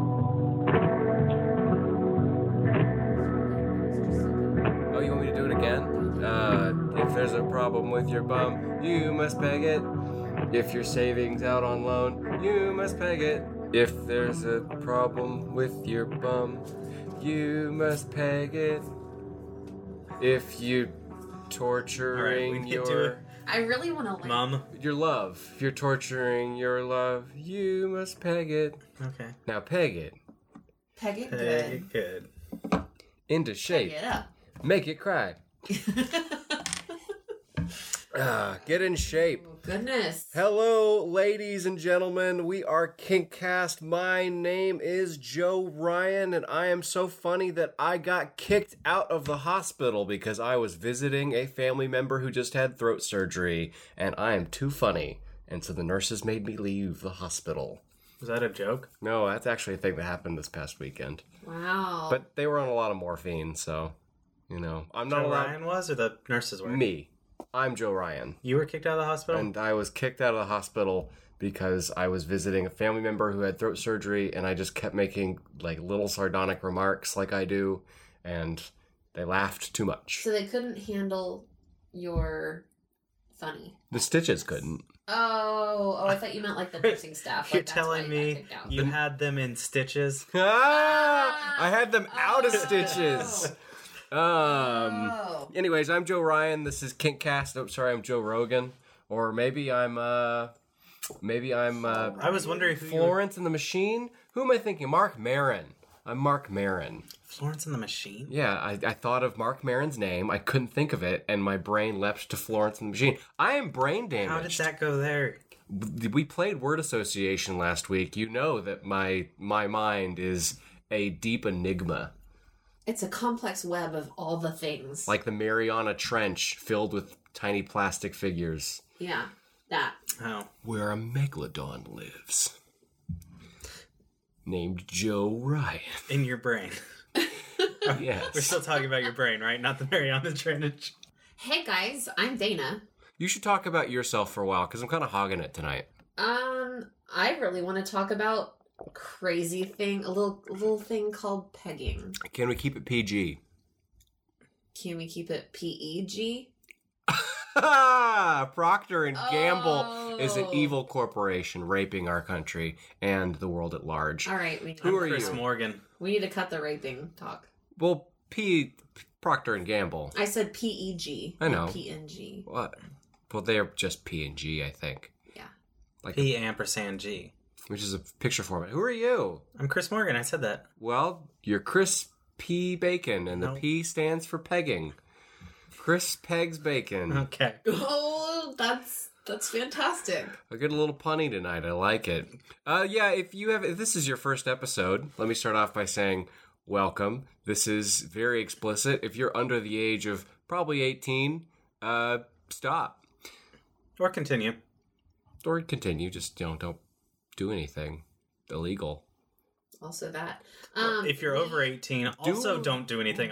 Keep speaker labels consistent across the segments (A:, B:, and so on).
A: Oh, Uh, your bum, you must peg it. If your savings out on loan, you must peg it. If there's a problem with your bum, you must peg it. If you torturing
B: Alright, we get to
A: your
C: I really want to like.
B: Mom.
A: your love, if you're torturing your love, you must peg it.
B: Okay.
A: Now peg it
C: Peg it
B: Hey,
C: good.
B: good.
A: into shape.
C: Get up.
A: Make it cry. Ah, get in shape.
C: Oh, goodness.
A: Hello, ladies and gentlemen. We are Kinkcast. My name is Joe Ryan, and I am so funny that I got kicked out of the hospital because I was visiting a family member who just had throat surgery, and I am too funny. And so the nurses made me leave the hospital.
B: Was that a joke?
A: No, that's actually a thing that happened this past weekend.
C: Wow.
A: But they were on a lot of morphine, so, you know, I'm not
B: Joe
A: allowed.
B: Ryan was, or the nurses were.
A: Me. I'm Joe Ryan.
B: You were kicked out of the hospital.
A: and I was kicked out of the hospital because I was visiting a family member who had throat surgery, and I just kept making like little sardonic remarks like I do, and they laughed too much.
C: so they couldn't handle your funny.
A: The stitches couldn't.
C: Oh, oh! I thought you meant like the nursing staff. Like,
B: You're
C: that's why
B: telling
C: you got
B: me
C: kicked out.
B: you had them in stitches.
A: Ah! I had them out of
C: Oh.
A: stitches. Um.
C: oh,
A: Anyways, I'm Joe Ryan. This is Kinkcast. Oh, sorry, I'm Joe Rogan, or maybe I'm uh, maybe I'm uh,
B: I was wondering who you were-
A: Florence and the Machine. Who am I thinking? Mark Marin. I'm Mark Marin.
B: Florence and the Machine.
A: Yeah, I, I thought of Mark Marin's name. I couldn't think of it, and my brain leapt to Florence and the Machine. I am brain
B: How did
A: damaged.
B: that go there?
A: we played word association last week. You know that my my mind is a deep enigma,
C: it's a complex web of all the things.
A: like the Mariana Trench filled with tiny plastic figures,
C: yeah, that.
B: Oh,
A: where a megalodon lives, named Joe Ryan.
B: in your brain. We're
A: Yes,
B: still talking about your brain, right? Not the Mariana Trench.
C: Hey guys, I'm Dana.
A: you should talk about yourself for a while because I'm kind of hogging it tonight.
C: Um, I really want to talk about crazy thing, a little little thing called pegging.
A: Can we keep it PG?
C: Can we keep it E PEG?
A: Procter and Gamble is an
C: Oh.
A: evil corporation raping our country and the world at large.
C: All right, we know.
A: Who are
B: Chris
A: you?
B: Morgan.
C: We need to cut the raping talk.
A: Well, P Procter and Gamble.
C: I said E PEG.
A: I know.
C: not PNG.
A: What? Well, they're just P and G, I think,
C: Yeah.
B: P ampersand G.
A: which is a picture format. Who are you?
B: I'm Chris Morgan. I said that.
A: Well, you're Chris P Bacon, and the
B: No.
A: P stands for pegging. Chris pegs bacon.
B: Okay.
C: Oh, that's that's fantastic.
A: I get a little punny tonight. I like it. Uh, yeah, if you have, if this is your first episode, let me start off by saying welcome. This is very explicit. If you're under the age of probably 18, uh, stop
B: Or continue.
A: or continue. Just you know, don't do anything illegal.
C: Also that. Um,
B: if you're over 18, also don't do anything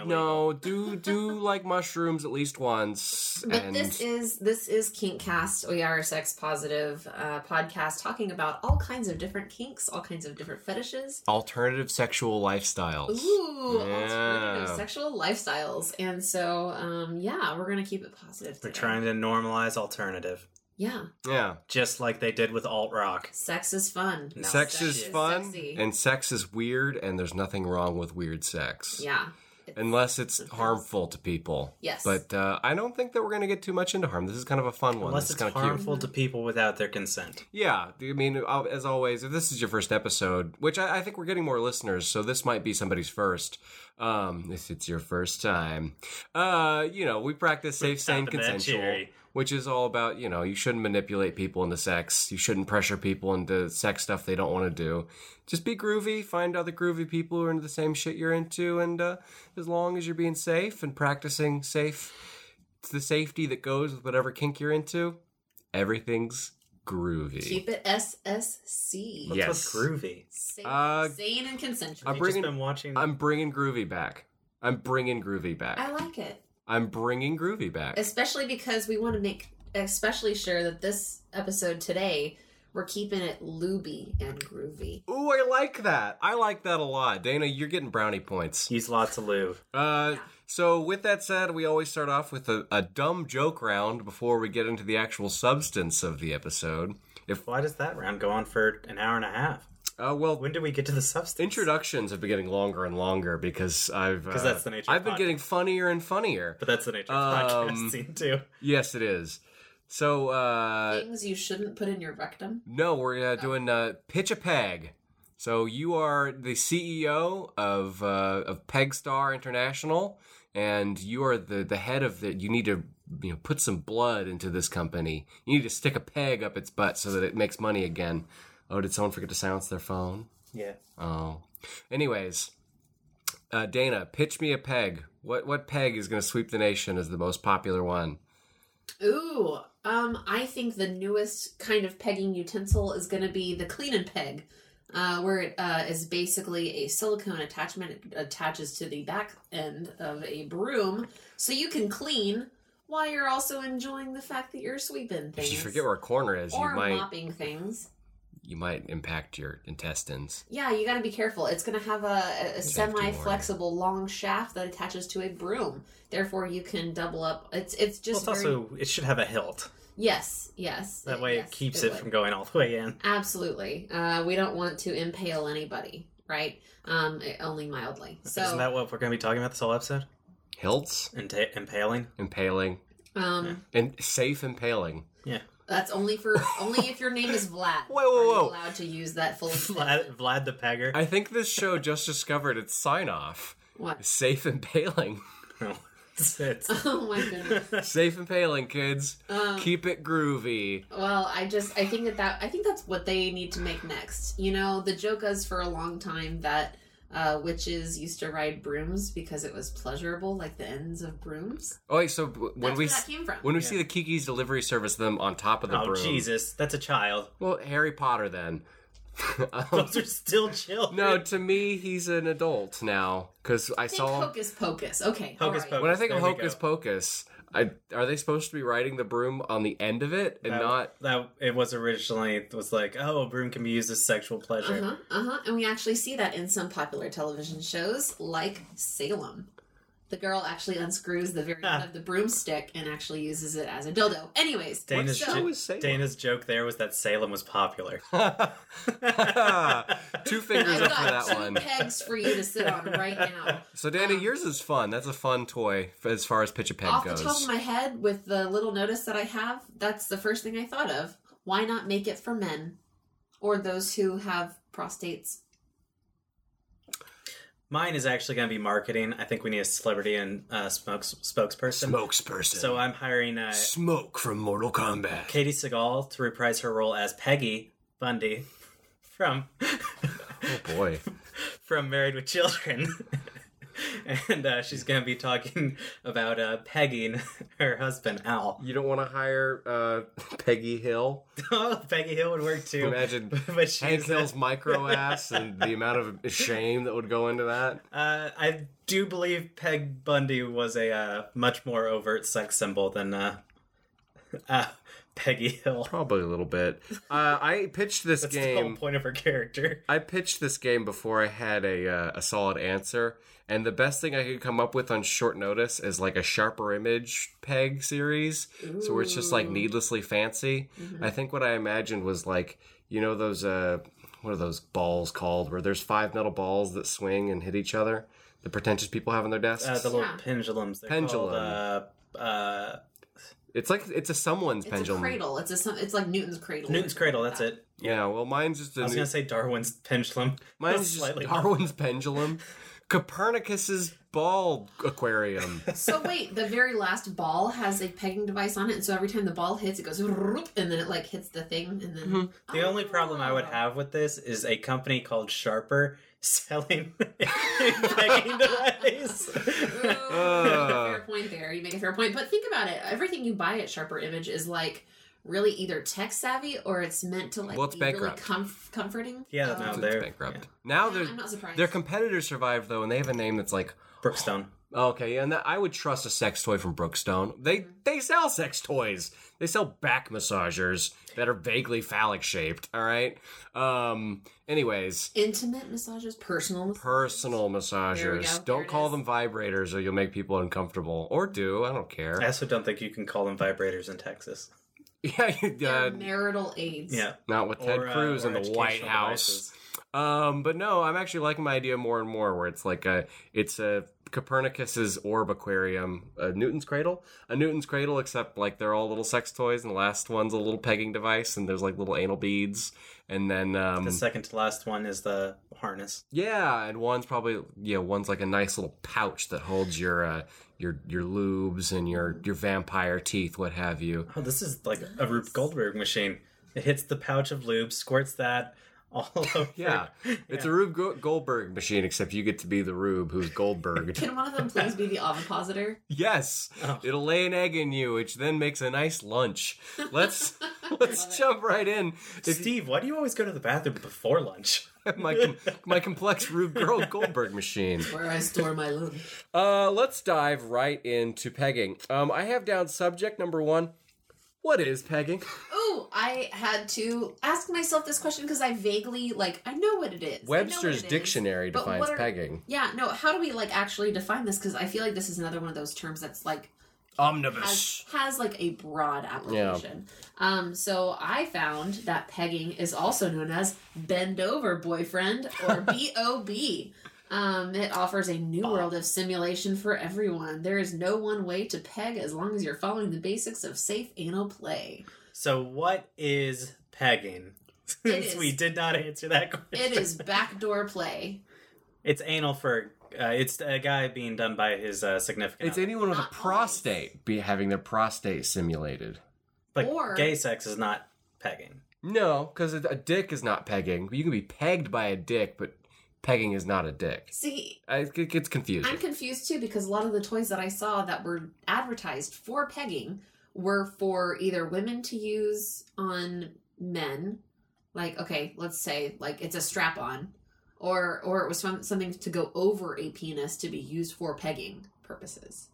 A: No,
B: illegal.
A: do do like mushrooms at least once.
C: But
A: and
C: this is this is Kinkcast. We are a sex positive uh, podcast talking about all kinds of different kinks, all kinds of different fetishes.
A: alternative sexual lifestyles.
C: Ooh,
A: Yeah.
C: alternative sexual lifestyles. And so, um, yeah, we're gonna keep it positive.
B: We're
C: today.
B: trying to normalize alternative,
C: Yeah,
A: Yeah.
B: just like they did with alt rock.
C: sex is fun.
B: No.
A: sex
C: sex
A: is
C: is
A: fun
C: sexy.
A: and sex is weird and there's nothing wrong with weird sex.
C: Yeah.
A: unless it's harmful to people.
C: Yes.
A: But uh, I don't think that we're going to get too much into harm. This is kind of a fun one.
B: Unless
A: This is
B: it's
A: kind of cute.
B: harmful to people without their consent.
A: Yeah, I mean, I'll- as always, if this is your first episode, which I, I think we're getting more listeners, so this might be somebody's first. Um, if it's your first time, uh, you know, we practice safe, sane,
B: Popping that
A: consensual,
B: cherry.
A: which is all about you know, you shouldn't manipulate people into sex, you shouldn't pressure people into sex stuff they don't want to do. Just be groovy, find other groovy people who are into the same shit you're into, and uh, as long as you're being safe and practicing safe, the safety that goes with whatever kink you're into, everything's groovy.
C: Keep it SSC.
B: What's
A: Yes.
B: with groovy?
C: Sane,
A: Uh,
C: sane and consensual.
A: I'm
B: I've
A: bringing-
B: just been watching.
A: I'm bringing groovy back. I'm bringing groovy
C: I
A: back.
C: like it.
A: I'm bringing groovy back.
C: especially because we want to make especially sure that this episode today we're keeping it looby and groovy
A: Ooh, I like that. I like that a lot. Dana, you're getting brownie points.
B: Use lots of lube.
A: Uh, So, with that said, we always start off with a, a dumb joke round before we get into the actual substance of the episode. If
B: Why does that round go on for an hour and a half?
A: uh, well,
B: When do we get to the substance?
A: introductions have been getting longer and longer because I've uh,
B: 'Cause that's the nature of
A: I've been
B: podcasts.
A: getting funnier and funnier.
B: But that's the nature of
A: Um,
B: podcast scene too.
A: Yes, it is. So, uh,
C: Things you shouldn't put in your rectum.
A: no, we're uh, doing uh, pitch a peg. So you are the CEO of uh, of Pegstar International, and you are the the head of the. You need to you know put some blood into this company. You need to stick a peg up its butt so that it makes money again. Oh, did someone forget to silence their phone?
B: Yeah.
A: Oh. Anyways, uh, Dana, pitch me a peg. What what peg is going to sweep the nation as the most popular one?
C: Ooh, um, I think the newest kind of pegging utensil is going to be the clean and peg, uh, where it uh, is basically a silicone attachment. It attaches to the back end of a broom, so you can clean while you're also enjoying the fact that you're sweeping things
A: If you forget where a corner is,
C: or
A: you might
C: mopping things.
A: you might impact your intestines.
C: Yeah, you got to be careful. It's going to have a, a
A: Safety warning.
C: semi-flexible long shaft that attaches to a broom. Therefore, you can double up. It's it's
B: Well,
C: just
B: it's
C: very
B: also it should have a hilt.
C: yes, yes.
B: That way
C: yes,
B: it keeps it
C: would.
B: from going all the way in.
C: Absolutely. Uh, we don't want to impale anybody, right? Um, it- only mildly. So,
B: Isn't that what we're going to be talking about this whole episode?
A: Hilts,
B: Inta- impaling.
A: impaling,
C: um,
B: Yeah.
A: and safe impaling.
C: that's only for only if your name is Vlad.
A: Whoa, whoa,
C: are you
A: whoa.
C: allowed to use that full extent.
B: Vlad, Vlad the Pegger.
A: I think this show just discovered its sign off.
C: What?
A: Safe impaling.
B: it's, it's,
C: Oh my goodness.
A: Safe impaling, kids.
C: Um,
A: Keep it groovy.
C: Well, I just I think that that I think that's what they need to make next. You know, the joke is for a long time that uh, witches used to ride brooms because it was pleasurable, like the ends of brooms.
A: Oh, wait, so w-
C: That's
A: when we
C: where
A: s-
C: that came from.
A: when we see the Kiki's delivery service them on top of the
B: oh
A: broom.
B: Jesus, that's a child.
A: Well, Harry Potter then. Um,
B: Those are still children.
A: No, to me, he's an adult now because I
C: think
A: saw
C: hocus pocus. Okay,
B: Hocus
C: all right.
B: Pocus.
A: when I think of
B: There we
A: Hocus
B: go.
A: Pocus. I, are they supposed to be riding the broom on the end of it and
B: that,
A: not?
B: that it was originally it was like oh a broom can be used as sexual pleasure.
C: Uh huh. Uh huh. And we actually see that in some popular television shows, like Salem. The girl actually unscrews the very end of the broomstick and actually uses it as a dildo. Anyways,
B: Dana's,
A: show
B: jo-
A: is Salem?
B: Dana's joke there was that Salem was popular.
A: two fingers
C: I've
A: up for that
C: got two
A: one.
C: pegs for you to sit on right now.
A: So, Danny, yours is fun. That's a fun toy f- as far as pitch a peg
C: Um, off
A: goes.
C: the top of my head with the little notice that I have, that's the first thing I thought of. Why not make it for men or those who have prostates?
B: Mine is actually going to be marketing. I think we need a celebrity and uh, spokes- spokesperson.
A: Smokesperson.
B: So I'm hiring uh,
A: Smoke from Mortal Kombat.
B: Katie Seagal to reprise her role as Peggy Bundy from
A: Oh, Boy,
B: from Married with Children. and uh, she's going to be talking about uh, pegging her husband, Al.
A: you don't want to hire uh, Peggy Hill.
B: oh, Peggy Hill would work too.
A: Imagine
B: but she's
A: Hank Hill's micro ass and the amount of shame that would go into that.
B: Uh, I do believe Peg Bundy was a uh, much more overt sex symbol than uh, uh, Peggy Hill.
A: Probably a little bit. Uh, I pitched this
B: That's the whole
A: game.
B: point of her character.
A: I pitched this game before I had a uh, a solid answer, and the best thing I could come up with on short notice is like a sharper image peg series, so where it's just like needlessly fancy. I think what I imagined was like you know those uh what are those balls called where there's five metal balls that swing and hit each other. The pretentious people have on their desks.
B: Uh, the little
C: Yeah.
B: pendulums. They're
A: Pendulum.
B: Called, uh, uh,
A: it's like it's a someone's
C: It's
A: pendulum.
C: a cradle. It's a some- it's like Newton's cradle.
B: Newton's Cradle, that's it.
A: Yeah, well, mine's just a
B: I was
A: new-
B: going to say Darwin's Pendulum.
A: Mine's just
B: Slightly.
A: Darwin's pendulum. Copernicus's ball aquarium.
C: So wait, the very last ball has a pegging device on it, and so every time the ball hits, it goes "Roop," and then it like hits the thing, and then
B: Mm-hmm. The only problem I would
C: Oh.
B: have with this is a company called Sharper selling pegging device.
C: Ooh, you make a fair point there. You make a fair point. But think about it. Everything you buy at Sharper Image is like really either tech savvy or it's meant to like
A: Well, it's
C: be
A: bankrupt.
C: really comf- comforting.
B: Yeah,
C: Um,
B: no,
A: It's
B: they're
A: bankrupt.
B: yeah.
A: Now
C: I'm
A: their
C: not surprised.
A: their competitors survived though, and they have a name that's like
B: Brookstone.
A: Okay, and that, I would trust a sex toy from Brookstone.
C: Mm-hmm.
A: They they sell sex toys. They sell back massagers that are vaguely phallic shaped. All right. Um. Anyways,
C: Intimate massages, personal massages.
A: personal
C: There we go.
A: massagers.
C: There
A: Don't
C: it
A: call
C: is.
A: them vibrators, or you'll make people uncomfortable. Or do I don't care.
B: I also don't think you can call them vibrators in Texas.
A: yeah. you-
C: They're
A: Uh,
C: marital aids.
B: Yeah.
A: not with Ted
B: Or, uh,
A: Cruz
B: or
A: in the
B: educational
A: White House.
B: devices.
A: Um, but no, I'm actually liking my idea more and more, where it's like a, it's a Copernicus's orb aquarium, a Newton's cradle, a Newton's cradle, except like they're all little sex toys, and the last one's a little pegging device, and there's like little anal beads, and then um,
B: The second to last one is the harness.
A: yeah, and one's probably yeah, one's like a nice little pouch that holds your uh, your your lubes and your your vampire teeth, what have you.
B: Oh, this is like a Rube Goldberg machine. It hits the pouch of lube, squirts that all over.
A: Yeah, it's a Rube Go- Goldberg machine, except you get to be the Rube who's Goldberged.
C: Can one of them please be the ovipositor?
A: Yes,
B: Oh.
A: it'll lay an egg in you, which then makes a nice lunch. Let's let's jump right in. If
B: Steve, why do you always go to the bathroom before lunch?
A: you- my com- my complex Rube Girl Goldberg machine.
C: Where I store my lunch.
A: Uh, let's dive right into pegging. Um, I have down subject number one. What is pegging?
C: Oh, I had to ask myself this question because I vaguely like I know what it is. I know what
A: Webster's
C: it is,
A: dictionary
C: but
A: defines
C: what are-
A: pegging.
C: Yeah, no. How do we like actually define this? Because I feel like this is another one of those terms that's like has,
A: Omnibus.
C: has like a broad application. Um, so I found that pegging is also known as bend over boyfriend or BOB. Um, it offers a new world of simulation for everyone. There is no one way to peg as long as you're following the basics of safe anal play.
B: So, what is pegging?
C: It
B: Since
C: is-
B: we did not answer that question,
C: It is backdoor play.
B: It's anal for. Uh, it's a guy being done by his uh, significant.
A: It's anyone with a
C: Not always.
A: prostate be having their prostate simulated.
B: But
C: Or-
B: gay sex is not pegging.
A: No, because a dick is not pegging. You can be pegged by a dick, but pegging is not a dick.
C: See,
A: I- It gets confusing.
C: I'm confused too because a lot of the toys that I saw that were advertised for pegging were for either women to use on men, like okay, let's say like it's a strap on, or or it was some, something to go over a penis to be used for pegging purposes.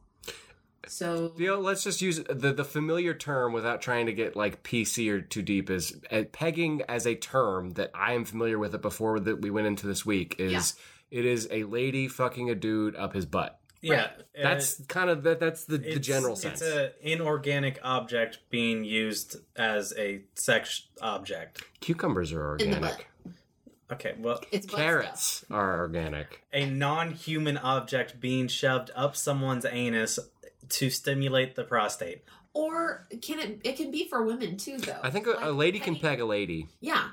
C: So
A: You know, let's just use the the familiar term without trying to get like PC or too deep. Is uh, pegging as a term that I am familiar with it before that we went into this week is it is a lady fucking a dude up his butt.
B: Yeah,
C: Right.
B: uh,
A: That's kind of that. That's the, the
B: it's-
A: general sense.
B: It's an inorganic object being used as a sex object.
A: Cucumbers are
C: In the
A: organic.
B: Okay, well,
C: it's butt stuff.
A: Carrots are organic.
B: a non-human object being shoved up someone's anus to stimulate the prostate.
C: or can it? It can be for women too, though.
A: I think a, a
C: Like
A: lady can
C: pegging.
A: peg a lady.
C: Yeah,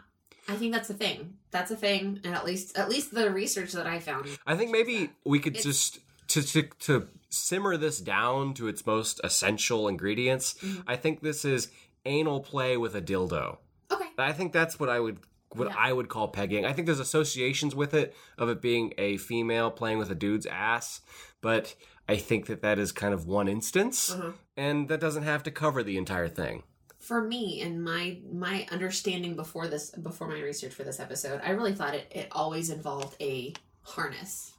C: I think that's a thing. That's a thing, and at least at least the research that I found
A: I think maybe we could
C: It's-
A: just to, to to simmer this down to its most essential ingredients.
C: Mm-hmm.
A: I think this is anal play with a dildo.
C: Okay.
A: I think that's what I would what
C: Yeah.
A: I would call pegging. I think there's associations with it of it being a female playing with a dude's ass, but I think that that is kind of one instance,
B: Mm-hmm.
C: Uh-huh.
A: and that doesn't have to cover the entire thing.
C: For me and my my understanding before this before my research for this episode, I really thought it, it always involved a harness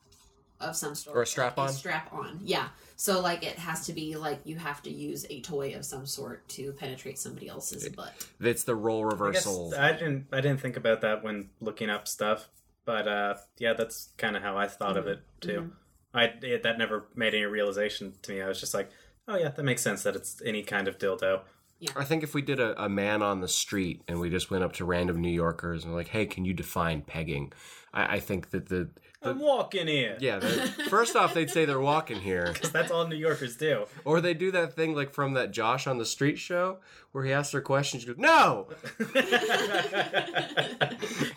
C: of some sort.
A: Or a strap-on?
C: Strap on. Yeah. So like it has to be like you have to use a toy of some sort to penetrate somebody else's butt.
A: It's the role
B: I, guess
A: reversal.
B: I didn't. I didn't think about that when looking up stuff, but uh, yeah, that's kind of how I thought of it too. I it, that never made any realization to me. I was just like, oh yeah, that makes sense that it's any kind of dildo.
A: I think if we did a, a man on the street and we just went up to random New Yorkers and were like, "Hey, can you define pegging?" I, I think that the, the
B: I'm walking here.
A: yeah. The, first off, they'd say they're walking here.
B: That's all New Yorkers do.
A: Or they do that thing like from that Josh on the Street show where he asks her questions. She goes, "No,"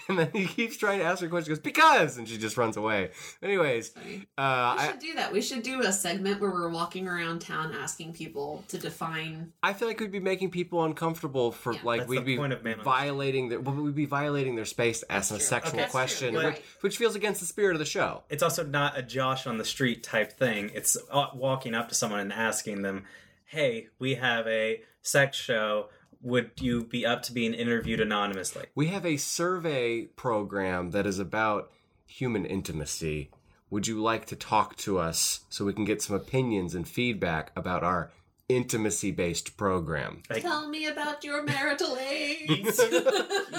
A: and then he keeps trying to ask her questions. She goes, "Because," and she just runs away. Anyways, uh,
C: We
A: I
C: should do that. We should do a segment where we're walking around town asking people to define
A: I feel like we'd be making people uncomfortable for
C: Yeah.
A: like
B: That's
A: we'd
B: the
A: be
B: point of man on the
A: violating their well, we'd be violating their space to ask a
C: true.
A: sexual
B: Okay. That's
C: true.
A: question,
C: You're
A: which,
C: right.
A: which feels against the spirit of the show.
B: It's also not a Josh on the street type thing. It's uh, walking up to someone and asking them, "Hey, we have a sex show. Would you be up to being interviewed anonymously?"
A: We have a survey program that is about human intimacy. would you like to talk to us so we can get some opinions and feedback about our intimacy based program?
B: Like,
C: Tell me about your marital aids.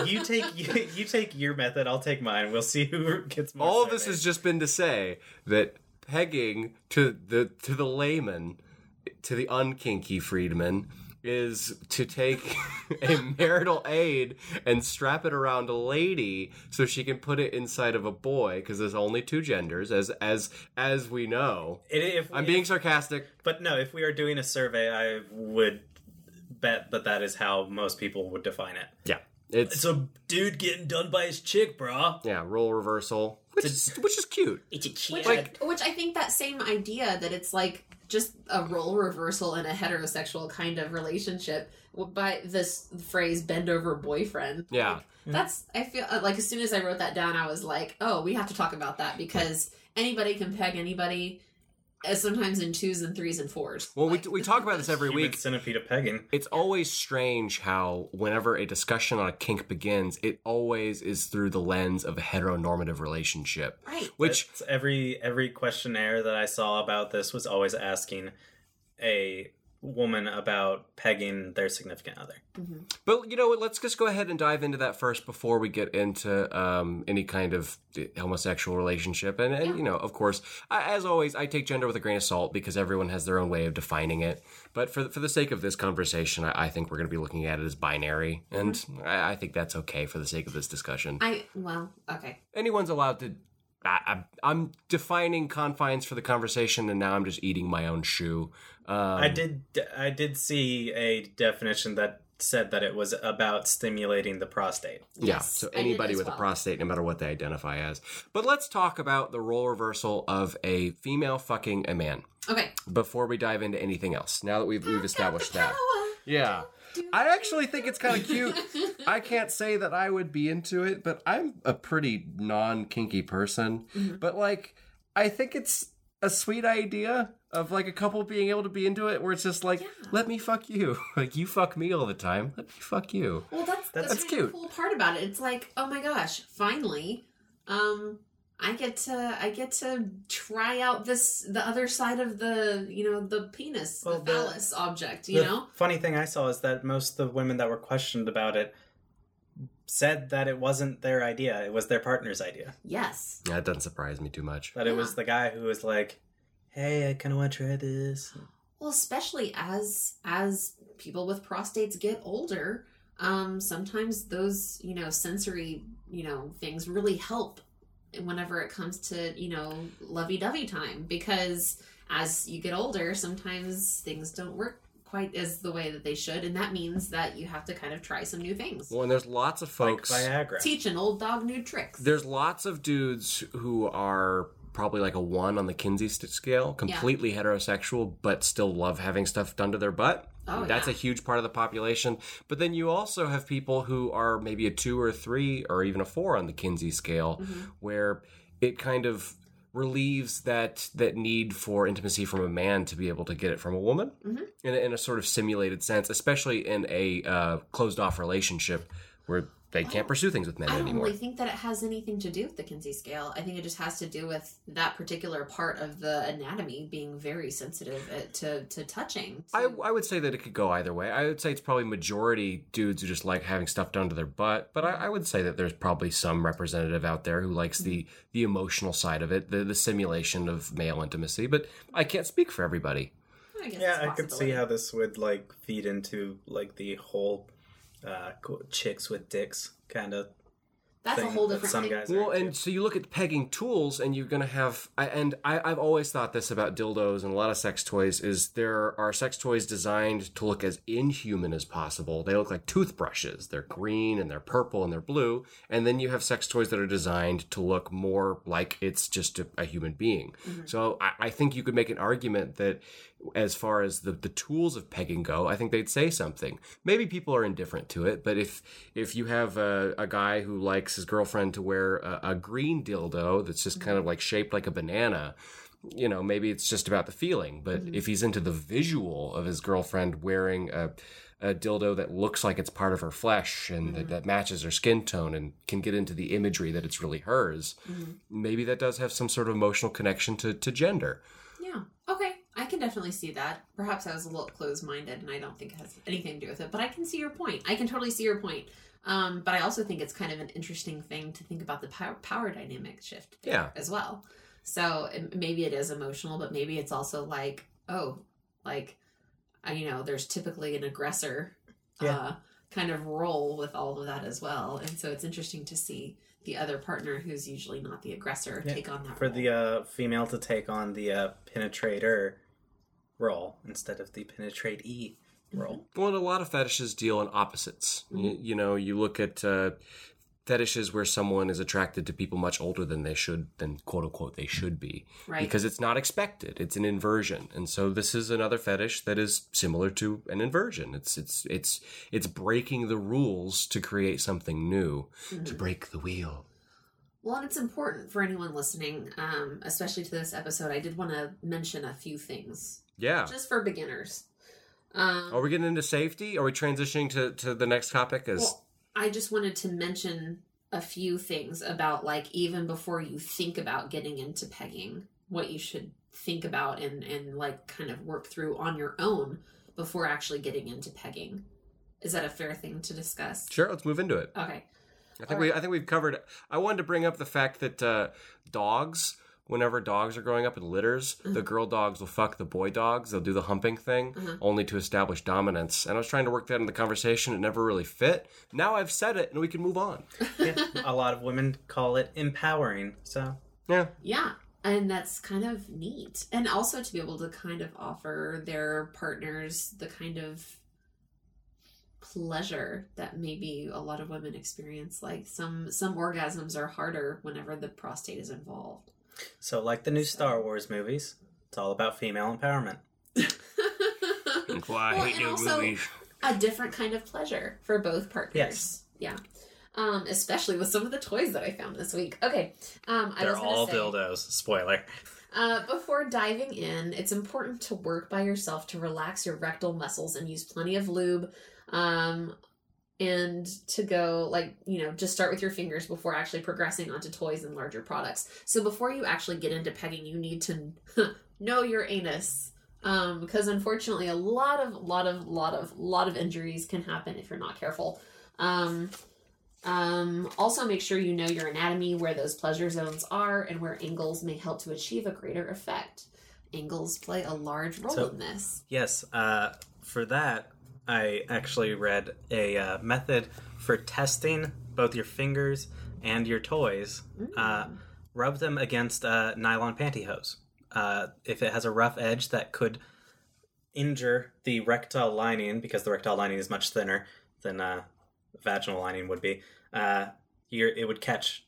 B: you take you, you take your method. I'll take mine. We'll see who gets more.
A: All of this
B: surveys.
A: has just been to say that pegging to the to the layman, to the unkinky freedman, is to take a marital aid and strap it around a lady so she can put it inside of a boy because there's only two genders as as as we know.
B: It- if we-
A: I'm being sarcastic.
B: But no, if we are doing a survey, I would bet that that is how most people would define it.
A: Yeah, it's
B: It's a dude getting done by his chick, brah.
A: yeah role reversal, which is, which is cute.
B: It's a
C: which,
B: chick.
C: I, which I think that same idea that it's like just a role reversal in a heterosexual kind of relationship w- by this phrase "bend over boyfriend."
A: Yeah.
C: That's I feel uh, like as soon as I wrote that down, I was like, "Oh, we have to talk about that because anybody can peg anybody." uh, Sometimes in twos and threes and fours.
A: Well, we,
C: Like,
A: we talk about this every
B: Human
A: week.
B: centipede of pegging.
A: It's always strange how, whenever a discussion on a kink begins, it always is through the lens of a heteronormative relationship.
C: right.
A: Which,
B: It's every every questionnaire that I saw about this was always asking a woman about pegging their significant other.
A: but you know what? Let's just go ahead and dive into that first before we get into um, any kind of homosexual relationship. And, and
C: Yeah.
A: you know, of course, I, as always, I take gender with a grain of salt because everyone has their own way of defining it. But for the, for the sake of this conversation, I, I think we're going to be looking at it as binary, and I, I think that's okay for the sake of this discussion.
C: I well, okay.
A: anyone's allowed to. I, I'm, I'm defining confines for the conversation, and now I'm just eating my own shoe. Um,
B: I did I did see a definition that said that it was about stimulating the prostate.
A: Yeah,
C: Yes,
A: so
C: I did
A: anybody
C: as
A: with a
C: well.
A: prostate, no matter what they identify as. But let's talk about the role reversal of a female fucking a man
C: Okay.
A: before we dive into anything else. Now that we've, we've established that.
C: Power.
A: Yeah. I actually think it's kind of cute. I can't say that I would be into it, but I'm a pretty non kinky person. But like, I think it's a sweet idea of like a couple being able to be into it where it's just like, let me fuck you. like, you fuck me all the time. Let me fuck you.
C: Well, that's that's,
A: That's
C: kind
A: cute.
C: of the cool part about it. It's like, oh my gosh, finally, um, I get to I get to try out this the other side of the you know the penis,
B: Well, the-
C: the phallus object. You
B: the
C: know,
B: funny thing I saw is that most of the women that were questioned about it said that it wasn't their idea; it was their partner's idea.
C: yes,
A: That doesn't surprise me too much.
B: That it was the guy who was like, "Hey, I kind of want to try this."
C: Well, especially as as people with prostates get older, um, sometimes those you know sensory you know things really help whenever it comes to you know lovey dovey time because as you get older, sometimes things don't work quite as the way that they should, and that means that you have to kind of try some new things,
A: Well, and there's lots of folks.
B: Like Viagra.
C: teach an old dog new tricks.
A: There's lots of dudes who are probably like a one on the Kinsey st- scale, completely heterosexual, but still love having stuff done to their butt.
C: Oh,
A: That's
C: yeah.
A: a huge part of the population. But then you also have people who are maybe a two or a three or even a four on the Kinsey scale,
C: Mm-hmm.
A: where it kind of relieves that that need for intimacy from a man to be able to get it from a woman
C: Mm-hmm.
A: in, a, in a sort of simulated sense, especially in a uh, closed off relationship where they can't pursue things with men
C: I don't
A: anymore.
C: really think that it has anything to do with the Kinsey scale. I think it just has to do with that particular part of the anatomy being very sensitive at, to to touching.
A: I,
C: So-
A: I would say that it could go either way. I would say it's probably majority dudes who just like having stuff done to their butt, but I, I would say that there's probably some representative out there who likes the the emotional side of it, the the simulation of male intimacy. But I can't speak for everybody.
C: I guess
B: Yeah,
C: it's a
B: I could see
C: possibility.
B: how this would like feed into like the whole uh, qu- chicks with dicks kind of
C: that's
B: thing
C: a whole
B: that
C: different
B: some
C: thing.
B: guys. are
A: Well,
B: into.
A: and so you look at pegging tools, and you're gonna have. I, and I, I've always thought this about dildos and a lot of sex toys is there are sex toys designed to look as inhuman as possible. They look like toothbrushes. They're green and they're purple and they're blue. And then you have sex toys that are designed to look more like it's just a, a human being.
B: Mm-hmm.
A: So I, I think you could make an argument that as far as the, the tools of pegging go, I think they'd say something. Maybe people are indifferent to it, but if if you have a, a guy who likes his girlfriend to wear a, a green dildo that's just kind of like shaped like a banana, you know, maybe it's just about the feeling. But if he's into the visual of his girlfriend wearing a a dildo that looks like it's part of her flesh and that, that matches her skin tone and can get into the imagery that it's really hers,
C: Mm-hmm.
A: maybe that does have some sort of emotional connection to, to gender.
C: Yeah. Okay. I can definitely see that. Perhaps I was a little closed minded and I don't think it has anything to do with it, but I can see your point. I can totally see your point. Um, but I also think it's kind of an interesting thing to think about the power, power dynamic shift
A: Yeah.
C: as well. So it- maybe it is emotional, but maybe it's also like, oh, like, I, you know, there's typically an aggressor
B: Yeah.
C: uh, kind of role with all of that as well. And so it's interesting to see the other partner who's usually not the aggressor
B: Yeah.
C: take on that
B: for
C: role.
B: the uh, female to take on the uh, penetrator role instead of the penetratee
C: Mm-hmm.
B: role.
A: Well, and a lot of fetishes deal in opposites. Y- You, know, you look at uh, fetishes where someone is attracted to people much older than they should, than quote unquote they should be,
C: Right.
A: because it's not expected. It's an inversion, and so this is another fetish that is similar to an inversion. It's it's it's it's breaking the rules to create something new,
C: Mm-hmm.
A: to break the wheel.
C: Well, and it's important for anyone listening, um, especially to this episode. I did want to mention a few things
A: Yeah. Oh,
C: just for beginners. Um,
A: Are we getting into safety? Are we transitioning to, to the next topic? As
C: Well, I just wanted to mention a few things about like even before you think about getting into pegging, what you should think about and and like kind of work through on your own before actually getting into pegging. Is that a fair thing to discuss?
A: sure, let's move into it.
C: Okay.
A: I think we I think we've covered. I wanted to bring up the fact that uh, dogs, whenever dogs are growing up in litters, the girl dogs will fuck the boy dogs. They'll do the humping thing only to establish dominance. And I was trying to work that in the conversation. It never really fit. Now I've said it, and we can move on.
B: Yeah, a lot of women call it empowering. So
A: Yeah,
C: Yeah. And that's kind of neat. And also to be able to kind of offer their partners the kind of pleasure that maybe a lot of women experience. Like some some orgasms are harder whenever the prostate is involved.
B: so like the new Star Wars movies, it's all about female empowerment.
A: why
C: Well, hate and new also- movies. A different kind of pleasure for both partners.
B: Yes.
C: Yeah. Um, especially with some of the toys that I found this week. Okay. Um, I
B: They're
C: was gonna
B: all
C: say,
B: dildos. Spoiler.
C: Uh, before diving in, it's important to work by yourself to relax your rectal muscles and use plenty of lube. Um, and to go, like, you know, just start with your fingers before actually progressing onto toys and larger products. So before you actually get into pegging, you need to know your anus. Um, because unfortunately, a lot of, lot of, lot of, lot of injuries can happen if you're not careful. Um, um, also, make sure you know your anatomy, where those pleasure zones are, and where angles may help to achieve a greater effect. Angles play a large role
B: So-
C: in this.
B: Yes, uh, for that, I actually read a uh, method for testing both your fingers and your toys.
C: Mm.
B: Uh, rub them against uh, nylon pantyhose. Uh, if it has a rough edge that could injure the rectal lining, because the rectal lining is much thinner than uh, vaginal lining would be, uh, you're, it would catch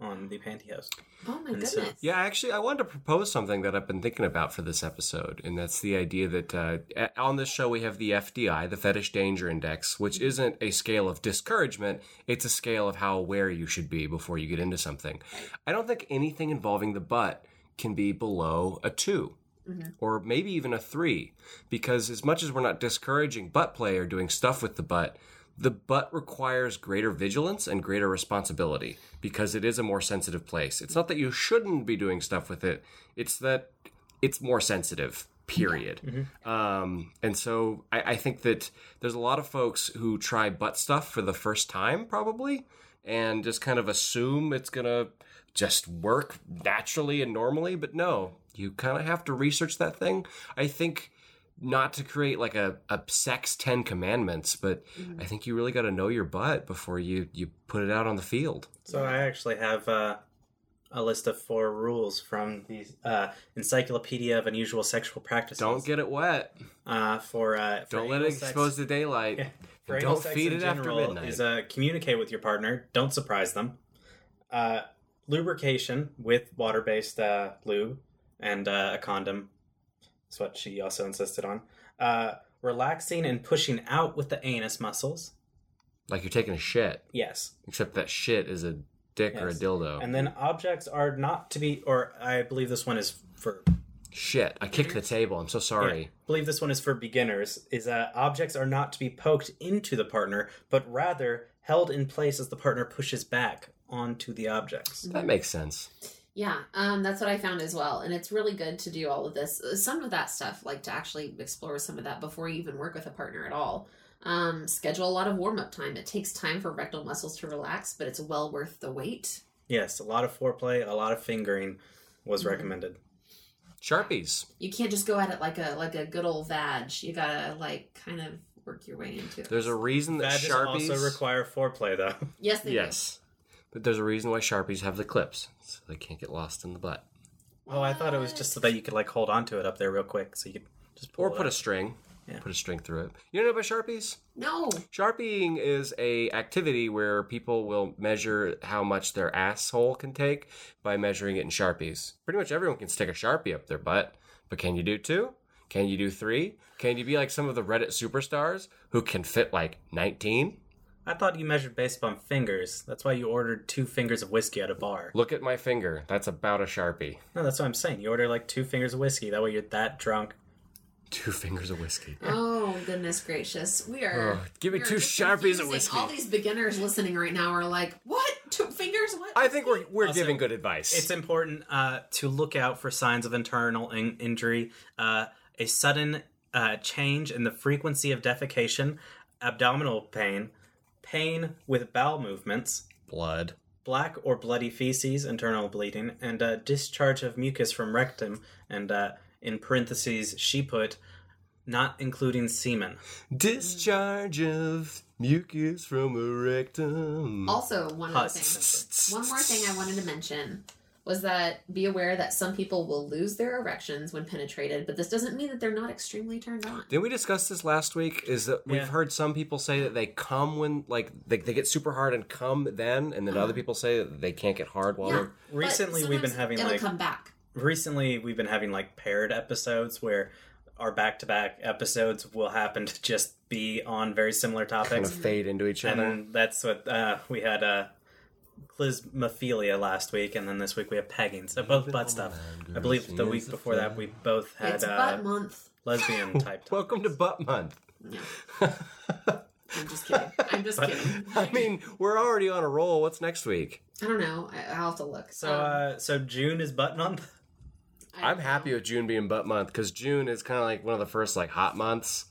B: on the pantyhose.
C: Oh my
B: And
C: goodness!
B: so-
A: Yeah, actually, I wanted to propose something that I've been thinking about for this episode, and that's the idea that uh, a- on this show we have the FDI, the Fetish Danger Index, which isn't a scale of discouragement, it's a scale of how aware you should be before you get into something. I don't think anything involving the butt can be below a 2 Or maybe even a three, because as much as we're not discouraging butt play or doing stuff with the butt, the butt requires greater vigilance and greater responsibility because it is a more sensitive place. It's not that you shouldn't be doing stuff with it, it's that it's more sensitive, period. Um, and so I, I think that there's a lot of folks who try butt stuff for the first time, probably, and just kind of assume it's going to just work naturally and normally. But no, you kind of have to research that thing. I think not to create like a, a sex 10 commandments but
C: Mm.
A: i think you really got to know your butt before you you put it out on the field
B: So I actually have uh, a list of four rules from the uh, Encyclopedia of Unusual Sexual Practices.
A: don't get it wet
B: uh, for uh, for
A: don't let
B: anal
A: it
B: sex-
A: expose to daylight
B: Yeah. for
A: And
B: anal
A: don't
B: sex
A: feed
B: in
A: it after
B: general
A: midnight
B: Is uh, communicate with your partner. Don't surprise them. Uh, lubrication with water-based uh, lube and uh, a condom. That's what she also insisted on. Uh, relaxing and pushing out with the anus muscles.
A: like you're taking a shit
B: Yes.
A: except that shit is a dick or a
B: Yes.
A: dildo
B: And then objects are not to be, or I believe this one is for
A: Shit, I kicked the table. I'm so sorry.
B: I believe this one is for beginners, is uh, objects are not to be poked into the partner, but rather held in place as the partner pushes back onto the objects.
A: That makes sense.
C: Yeah, um, that's what I found as well, and it's really good to do all of this. uh, Some of that stuff, like to actually explore some of that before you even work with a partner at all. Um, schedule a lot of warm up time. It takes time for rectal muscles to relax, but it's well worth the wait.
B: Yes, a lot of foreplay, a lot of fingering was recommended.
A: Sharpies.
C: You can't just go at it like a like a good old vag. You gotta like kind of work your way into it.
A: There's a reason that
B: Badges
A: sharpies.
B: also require foreplay, though.
C: yes, they do.
A: yes, but there's a reason why sharpies have the clips, so they can't get lost in the butt.
B: Oh, I thought it was just so that you could like hold onto it up there real quick, so you could just pull
A: Or
B: it
A: put a
B: out.
A: string.
B: Yeah.
A: Put a string through it. You know about sharpies?
C: No.
A: Sharpieing is a activity where people will measure how much their asshole can take by measuring it in sharpies. Pretty much everyone can stick a sharpie up their butt, but can you do two? Can you do three? Can you be like some of the Reddit superstars who can fit like 19?
B: I thought you measured based upon fingers. That's why you ordered two fingers of whiskey at a bar.
A: Look at my finger. That's about a sharpie.
B: No, that's what I'm saying. You order like two fingers of whiskey. That way you're that drunk.
A: Two fingers of whiskey.
C: Oh goodness gracious, we are.
A: Oh, give me
C: we are
A: two
C: just
A: sharpies of
C: confusing-
A: whiskey.
C: All these beginners listening right now are like, "What two fingers? What?"
A: I think we're we're
B: Also,
A: giving good advice.
B: It's important uh, to look out for signs of internal in- injury, uh, a sudden uh, change in the frequency of defecation, abdominal pain, pain with bowel movements,
A: blood.
B: black or bloody feces, internal bleeding, and uh, discharge of mucus from rectum, and uh, in parentheses, she put, not including semen.
A: Discharge of mucus from a rectum.
C: Also, one other thing.
B: Pus.
C: One more thing I wanted to mention was that be aware that some people will lose their erections when penetrated, but this doesn't mean that they're not extremely turned on.
A: Didn't we discuss this last week? Is that we've
B: Yeah.
A: heard some people say that they come when, like, they, they get super hard and come then, and then other people say that they can't get hard while
C: Yeah.
A: they're.
C: but
B: Recently, we've been
C: sometimes
B: having
C: it'll
B: like
C: come back.
B: recently we've been having like paired episodes where our back-to-back episodes will happen to just be on very similar
A: Kind
B: topics
A: of fade into each other.
B: and that's what uh, we had uh, clismophilia last week and then this week we have pegging so both butt stuff i believe the week before that we both had
C: It's butt
B: uh,
C: month.
B: lesbian type
A: Welcome to Butt Month.
C: No. I'm just kidding. I'm just kidding.
A: I mean, we're already on a roll. What's next week?
C: I don't know. I, I'll have to look. Um,
B: so uh, so june is butt month
C: I don't
A: I'm
C: know.
A: happy with June being Butt Month because June is kind of like one of the first like hot months.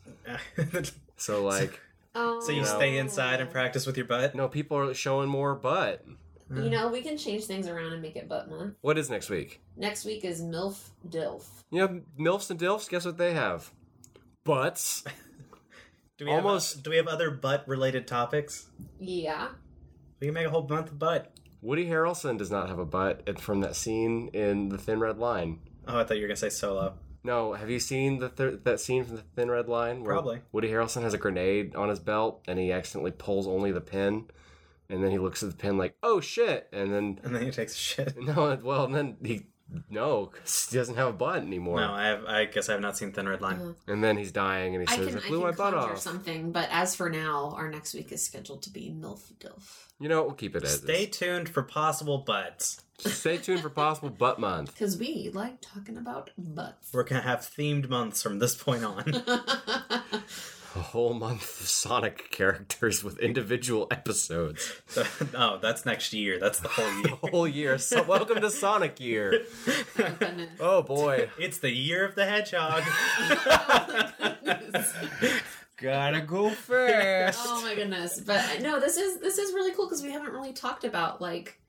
A: So like,
C: Oh.
B: so you stay inside and practice with your butt
A: no, people are showing more butt.
B: Mm.
C: You know, we can change things around and make it butt month.
A: What is next week?
C: Next week is MILF DILF.
A: You know, milfs and dilfs. Guess what they have? Butts.
B: do we have- uh,
A: Almost-
B: do we have other butt related topics
C: Yeah.
B: we can make a whole month of butt
A: Woody Harrelson does not have a butt It's from that scene in The Thin Red Line.
B: Oh, I thought you were gonna say solo.
A: No, have you seen the thir- that scene from The Thin Red Line? where
B: Probably.
A: Woody Harrelson has a grenade on his belt and he accidentally pulls only the pin, and then he looks at the pin like, "Oh shit!" And then
B: And then he takes a shit.
A: no, well, and then he no, 'cause he doesn't have a butt anymore.
B: No, I have. I guess I have not seen Thin Red Line.
C: Uh,
A: And then he's dying, and he
C: I
A: says,
C: can,
A: "I blew
C: I
A: my
C: can
A: butt
C: conjure
A: off."
C: something, but as for now, our next week is scheduled to be MILF DILF.
A: You know, we'll keep it as
B: Stay tuned for possible butts.
A: is. Stay tuned for possible butt month.
C: Because we like talking about butts.
B: We're gonna have themed months from this point on.
C: Oh,
A: A whole month of Sonic characters with individual episodes.
B: so, oh, that's next year. That's the whole year.
A: whole year. So welcome to Sonic Year.
C: Goodness.
A: Oh boy,
B: It's the year of the hedgehog.
C: Oh,
A: gotta go fast.
C: oh my goodness. But no, this is this is really cool because we haven't really talked about like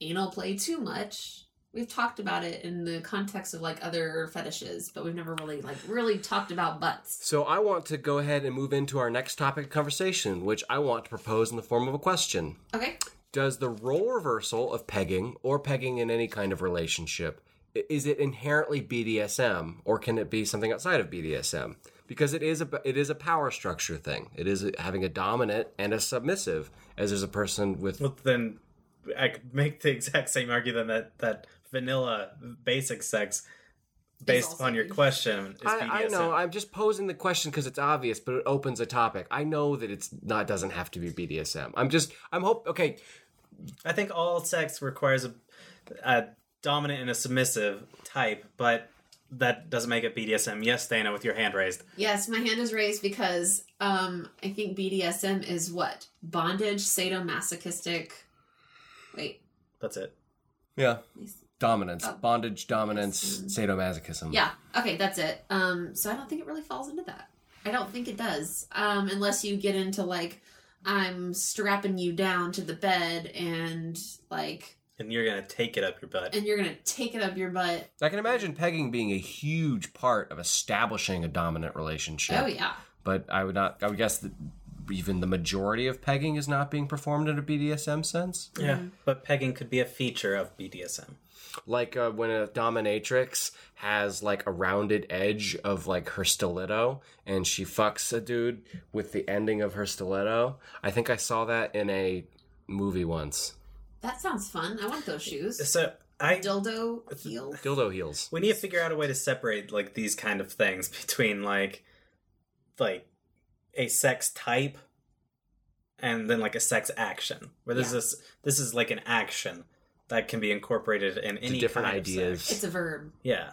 C: anal play too much. We've talked about it in the context of like other fetishes, but we've never really like really talked about butts.
A: So I want to go ahead and move into our next topic of conversation, which I want to propose in the form of a question.
C: Okay.
A: Does the role reversal of pegging or pegging in any kind of relationship i- is it inherently BDSM or can it be something outside of BDSM? Because it is a it is a power structure thing. It is having a dominant and a submissive as there's a person with
B: well, then I could make the exact same argument that that vanilla basic sex, based
C: also
B: upon your
C: BDSM.
B: question, is BDSM.
A: I, I know. I'm just posing the question because it's obvious, but it opens a topic. I know that it's not doesn't have to be BDSM. I'm just I'm hope okay.
B: I think all sex requires a, a dominant and a submissive type, but that doesn't make it BDSM. Yes, Dana, with your hand raised.
C: Yes, my hand is raised because um, I think BDSM is what? Bondage, sadomasochistic. Wait.
B: That's it.
A: Yeah. Dominance,
C: Oh. Mm-hmm.
A: bondage, dominance, sadomasochism.
C: Yeah. Okay, that's it. Um, so I don't think it really falls into that. I don't think it does. Um, unless you get into like, I'm strapping you down to the bed and like,
B: And you're gonna take it up your butt.
C: and you're going to take it up your butt.
A: I can imagine pegging being a huge part of establishing a dominant relationship.
C: Oh, yeah.
A: But I would not. I would guess that even the majority of pegging is not being performed in a BDSM sense.
C: Mm-hmm.
B: Yeah, but pegging could be a feature of BDSM.
A: Like uh, when a dominatrix has like a rounded edge of like her stiletto, and she fucks a dude with the ending of her stiletto. I think I saw that in a movie once.
C: That sounds fun. I want those shoes.
B: So I
C: Dildo heel.
A: Dildo heels.
B: we need to figure out a way to separate like these kind of things between like like a sex type and then like a sex action. Where this
C: Yeah.
B: is this is like an action that can be incorporated in any
A: different
B: kind of
A: ideas.
B: sex.
C: It's a verb.
B: Yeah,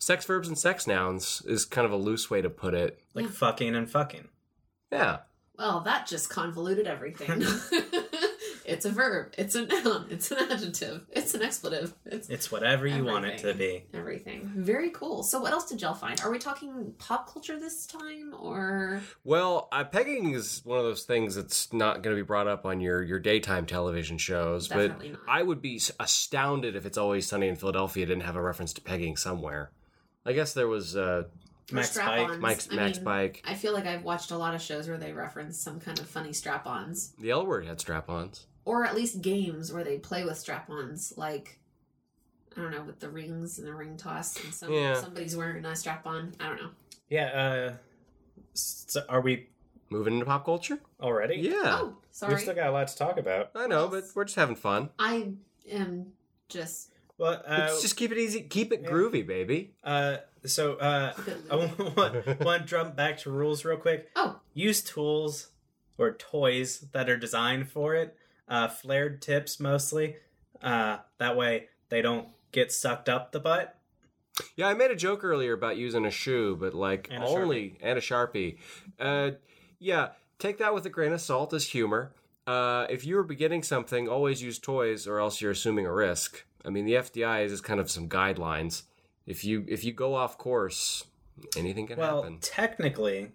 A: Sex verbs and sex nouns is kind of a loose way to put it.
B: like
C: Yeah.
B: fucking and fucking.
A: Yeah.
C: Well, that just convoluted everything. it's a verb. It's a noun. It's an adjective. It's an expletive. It's
B: It's whatever you want it to be.
C: Everything. everything. Very cool. So, what else did y'all find? Are we talking pop culture this time, or
A: Well, uh, pegging is one of those things that's not going to be brought up on your, your daytime television shows,
C: Definitely not.
A: but I would be s- astounded if It's Always Sunny in Philadelphia didn't have a reference to pegging somewhere. I guess there was uh,
C: or
B: Max Pike.
C: strap-ons?
A: Mike's,
C: I
A: Max
C: mean,
A: Bike.
C: I feel like I've watched a lot of shows where they reference some kind of funny strap-ons,
A: The L word had strap ons.
C: or at least games where they play with strap-ons, like. I don't know, with the rings and the ring toss, and some,
A: Yeah.
C: somebody's wearing a strap on. I don't know.
B: Yeah. Uh, so are we
A: Moving into pop culture?
B: already?
A: Yeah.
C: Oh, sorry.
B: We've still got a lot to talk about.
A: I know, but we're just having fun.
C: I am just
B: Well, uh,
A: Let's just keep it easy. Keep it
B: yeah.
A: groovy, baby.
B: Uh, so uh, I want, want to jump back to rules real quick.
C: Oh.
B: Use tools or toys that are designed for it. Uh, flared tips mostly. Uh, that way they don't get sucked up the butt.
A: Yeah, I made a joke earlier about using a shoe, but like
B: And a
A: only and a sharpie. Uh, yeah, take that with a grain of salt as humor. Uh, if you are beginning something, always use toys, or else you're assuming a risk. I mean, the FDI is just kind of some guidelines. If you if you go off course, anything can
B: well,
A: happen.
B: technically,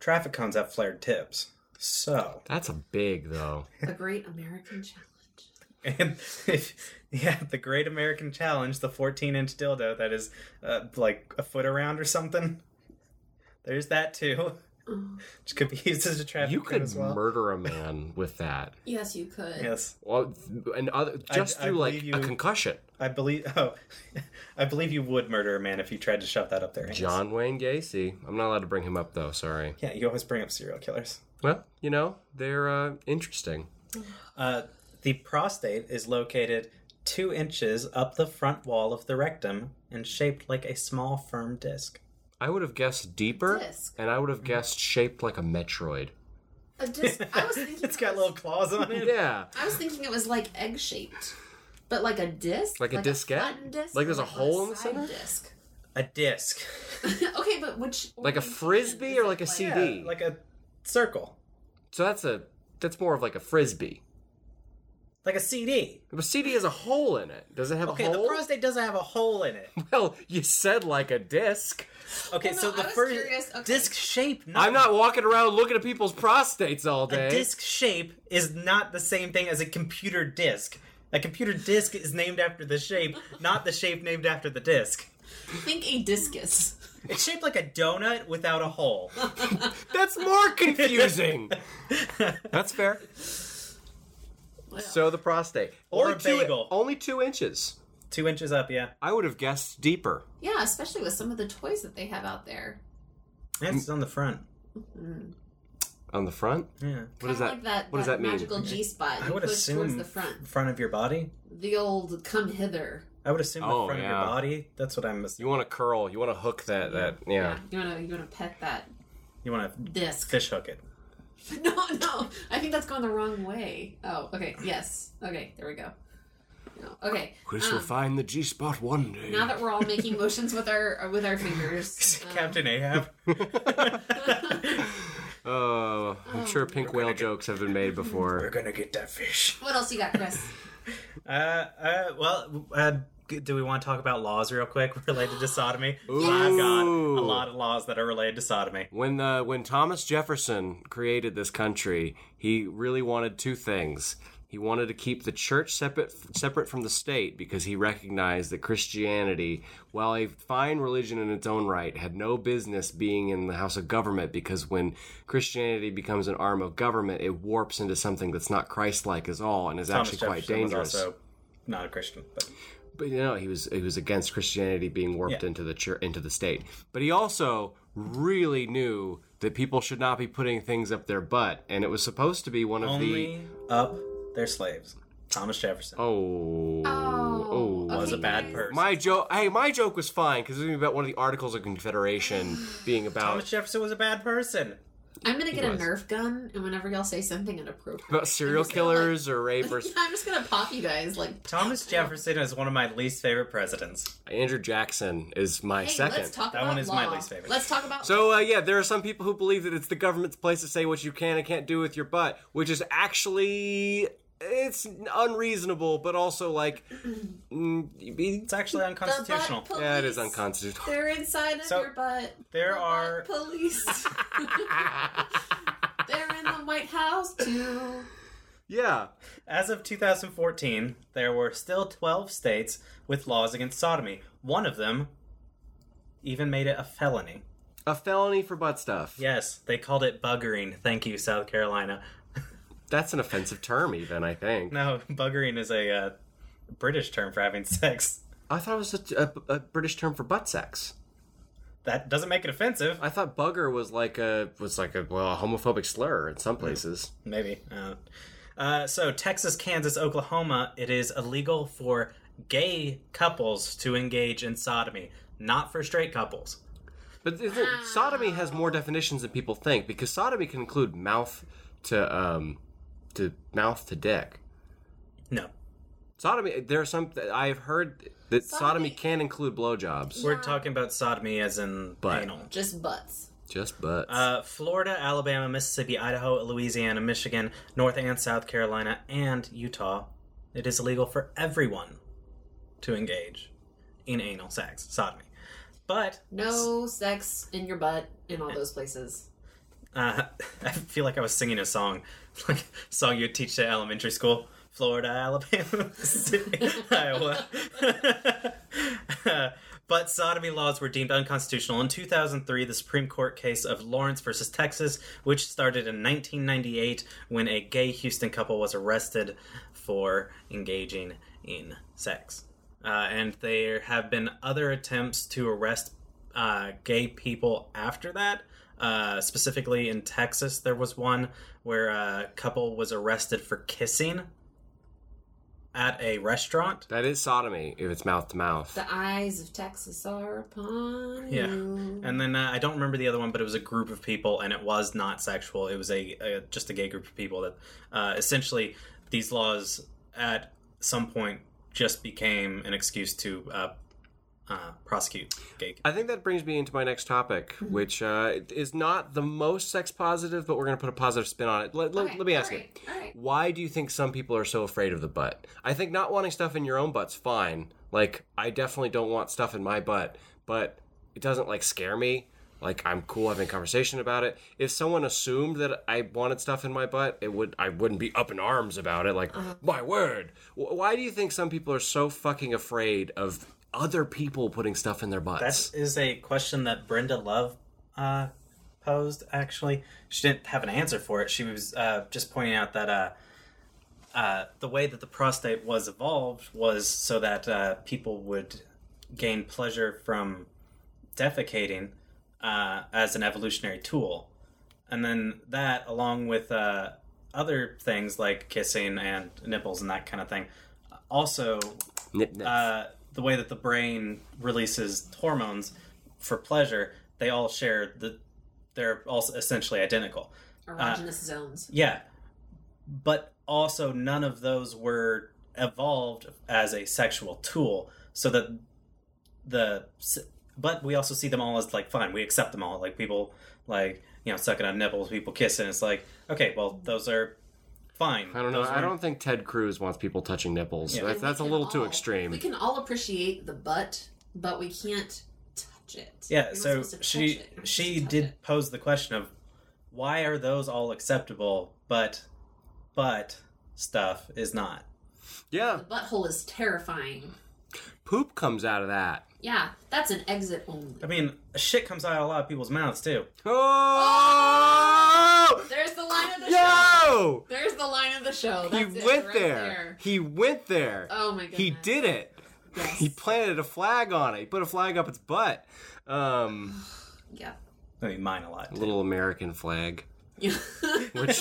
B: traffic cones have flared tips. So,
A: That's a big though.
C: the Great American Challenge.
B: and if, yeah, the Great American Challenge, the 14 inch dildo that is uh, like a foot around or something. There's that too.
C: Oh,
B: Which could be used as a traffic
A: You
B: cone
A: could
B: as well.
A: murder a man with that.
C: yes, you could.
B: Yes,
A: Well, and other
B: I-
A: just
B: I
A: through like
B: believe you-
A: a concussion.
B: I believe. Oh, I believe you would murder a man if you tried to shove that up there.
A: John Wayne Gacy. I'm not allowed to bring him up though. Sorry.
B: Yeah, you always bring up serial killers.
A: Well, you know they're uh, interesting.
B: Uh, the prostate is located two inches up the front wall of the rectum and shaped like a small firm disc.
A: I would have guessed deeper,
C: Disc.
A: and I would have guessed shaped like a Metroid.
C: A disc- I was thinking
B: it's got little claws on it.
A: Yeah,
C: I was thinking it was like egg shaped, but like a disc,
A: Like a discette?
C: flattened disc,
A: Like there's a
C: or
A: hole in the
C: side
A: center?
C: Disc.
B: A disc,
C: okay, but which
A: like a
C: orientation
A: frisbee
C: is
A: or
C: it,
A: like a CD.
B: yeah, like a circle,
A: so that's a that's more of like a frisbee.
B: like a CD.
A: But a CD has a hole in it. Does it have
B: Okay,
A: a hole?
B: the prostate doesn't have a hole in it.
A: well, you said like a disc.
B: Okay,
C: Well, no,
B: so the
C: I was
B: first
C: curious, okay.
B: disc shape.
A: I'm not walking around looking at people's prostates all day.
B: A disk shape is not the same thing as a computer disk. A computer disk is named after the shape, not the shape named after the disk.
C: Think a discus.
B: It's shaped like a donut without a hole.
A: That's more confusing. that's fair. So the prostate,
B: Or
A: only
B: a
A: two-
B: bagel.
A: only two inches.
B: Two inches up, yeah.
A: I would have guessed deeper.
C: Yeah, especially with some of the toys that they have out there. Hmm.
B: And
A: Mm.
B: it's on the front.
A: On the front,
B: Yeah.
A: what does
C: Kinda
A: that?
C: like that
A: what does
C: that
A: that mean?
C: Magical G spot.
B: I would
C: push towards
B: assume
C: the front.
B: front of your body.
C: The old come hither.
B: I would assume
A: Oh,
B: the front of
A: yeah.
B: your body. That's what I'm.
A: You want to curl. You want to hook that. That yeah.
C: You wanna you wanna pet that
B: You want to
C: disc.
B: fish hook it.
C: No, no. I think that's going the wrong way. Oh, okay. Yes. Okay, there we go. No. Okay.
A: Chris will
C: Um,
A: find the G spot one day.
C: Now that we're all making motions with our uh, with our fingers, um,
B: Captain Ahab.
A: oh, I'm sure pink whale jokes have been made
B: We're
A: before.
B: gonna get that fish.
C: What else you got, Chris?
B: Uh, uh, well, uh, g- do we want to talk about laws real quick related to sodomy? I've got
A: Ooh.
B: a lot of laws that are related to sodomy.
A: When the when Thomas Jefferson created this country, he really wanted two things. He wanted to keep the church separate separate from the state because he recognized that Christianity, while a fine religion in its own right, had no business being in the house of government because when Christianity becomes an arm of government, it warps into something that's not Christ-like at all and is actually
B: Thomas
A: quite
B: Jefferson was
A: dangerous.
B: also not a Christian, but
A: But you know, he was he was against Christianity being warped
B: Yeah.
A: into the church, into the state. But he also really knew that people should not be putting things up their butt, and it was supposed to be one of the
B: only up their slaves. Thomas Jefferson.
A: oh
C: Oh, okay,
B: was a bad
C: guys.
B: person.
A: My joke, hey, my joke was fine because it was gonna be about one of the Articles of Confederation being
B: Thomas
A: about
B: Jefferson was a bad person.
C: I'm gonna get a
A: was.
C: Nerf gun, and whenever y'all say something inappropriate,
A: about serial
C: I'm just gonna,
A: killers or
C: like,
A: rapists.
C: I'm just gonna pop you guys like.
B: Thomas Jefferson is one of my least favorite presidents.
A: Andrew Jackson is my
C: Hey,
A: second.
C: let's talk
B: That
C: about
B: one is my
C: law.
B: least favorite.
C: Let's talk about
A: So uh, yeah, there are some people who believe that it's the government's place to say what you can and can't do with your butt, which is actually it's unreasonable, but also like mm, be-
B: It's actually
C: the
B: unconstitutional.
C: butt police.
A: yeah, it is unconstitutional.
C: They're inside of
B: So,
C: your butt.
B: There
C: The
B: are
C: butt police. They're in the White House too.
A: Yeah,
B: As of 2014, there were still 12 states with laws against sodomy. One of them even made it a felony.
A: a felony for butt stuff.
B: Yes, they called it buggering. Thank you, South Carolina.
A: That's an offensive term, even I think.
B: No, buggering is a uh, British term for having sex.
A: I thought it was a, a, a British term for butt sex.
B: That doesn't make it offensive.
A: I thought bugger was like a was like a well a homophobic slur in some places.
B: Maybe. Uh, uh, so, Texas, Kansas, Oklahoma, it is illegal for gay couples to engage in sodomy, not for straight couples.
A: But is it- sodomy has more definitions than people think because sodomy can include mouth to um to mouth to dick.
B: No.
A: Sodomy. There are some. I've heard that sodomy,
C: Sodomy-
A: can include blowjobs.
B: We're talking about sodomy as in
A: But-
B: anal.
C: Just butts.
A: Just butts.
B: Uh, Florida, Alabama, Mississippi, Idaho, Louisiana, Michigan, North and South Carolina, and Utah, it is illegal for everyone to engage in anal sex, sodomy. But
C: No sex in your butt in all those places.
B: uh, I feel like I was singing a song, like a song you'd teach to elementary school. Florida, Alabama, Mississippi, Iowa. Uh, but sodomy laws were deemed unconstitutional in 2003, the Supreme Court case of Lawrence versus Texas, which started in 1998 when a gay Houston couple was arrested for engaging in sex. Uh, and there have been other attempts to arrest uh, gay people after that. Uh, specifically in Texas, there was one where a couple was arrested for kissing at a restaurant.
A: that is sodomy if it's mouth to mouth.
C: The eyes of Texas are upon
B: Yeah.
C: you.
B: And then uh, I don't remember the other one, but it was a group of people, and it was not sexual. It was a, a just a gay group of people that uh, essentially these laws at some point just became an excuse to uh, uh, prosecute gay.
A: I think that brings me into my next topic, which uh, is not the most sex positive, but we're going to put a positive spin on it. Let, let,
C: Okay,
A: let me ask
C: all
A: you.
C: right, all right.
A: Why do you think some people are so afraid of the butt? I think not wanting stuff in your own butt's fine. Like, I definitely don't want stuff in my butt, but it doesn't like scare me. Like, I'm cool having a conversation about it. If someone assumed that I wanted stuff in my butt, it would I wouldn't be up in arms about it. Like,
B: Uh-huh.
A: my word. Wh- Why do you think some people are so fucking afraid of other people putting stuff in their butts?
B: That is a question that Brenda Love uh, posed. Actually, she didn't have an answer for it. She was uh, just pointing out that uh, uh, the way that the prostate was evolved was so that uh, people would gain pleasure from defecating uh, as an evolutionary tool, and then that, along with uh, other things like kissing and nipples and that kind of thing, also
A: Nip, nip.
B: uh, the way that the brain releases hormones for pleasure, they all share the. They're all essentially identical.
A: Uh,
C: Erogenous zones.
B: Yeah, but also none of those were evolved as a sexual tool so that the but we also see them all as like fine we accept them all like people like you know sucking on nipples people kissing it's like okay well those are fine
A: I don't know.
B: Those
A: I
B: are-
A: don't think Ted Cruz wants people touching nipples.
B: Yeah.
A: That's,
C: And we
A: that's a
C: can
A: little too
C: all-
A: extreme.
C: Oh, We can all appreciate the butt, but we can't touch it. You're
B: yeah
C: not
B: so
C: supposed to
B: she
C: touch it. You're not supposed
B: she
C: to touch
B: did
C: it.
B: pose the question of why are those all acceptable but but stuff is not
A: Yeah,
C: The butthole is terrifying.
A: poop comes out of that.
C: Yeah, that's an exit only.
B: i mean shit comes out of a lot of people's mouths too
A: Oh!
C: There's the line of the show.
A: Yo!
C: There's the line of the show.
A: He
C: That's it,
A: went
C: right
A: there. He went there.
C: Oh my goodness.
A: he did it.
C: Yes.
A: He planted a flag on it. He put a flag up its butt. Um,
C: yeah.
B: i mean mine a lot
A: a
B: too.
A: little American flag. Which,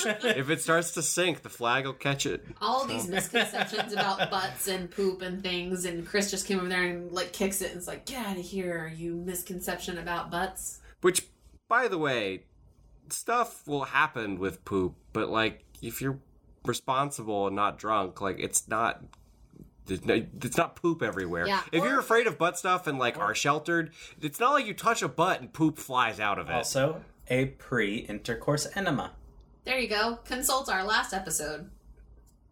A: if it starts to sink, the flag will catch it.
C: all these misconceptions about butts and poop and things, and Chris just came over there and like kicks it and it's like, get out of here, you misconception about butts.
A: Which, by the way, stuff will happen with poop, but like if you're responsible and not drunk, like it's not. there's no- It's not poop everywhere.
C: Yeah,
A: if
C: or-
A: you're afraid of butt stuff and like are sheltered, it's not like you touch a butt and poop flies out of it.
B: also a pre-intercourse enema
C: There you go. Consult our last episode.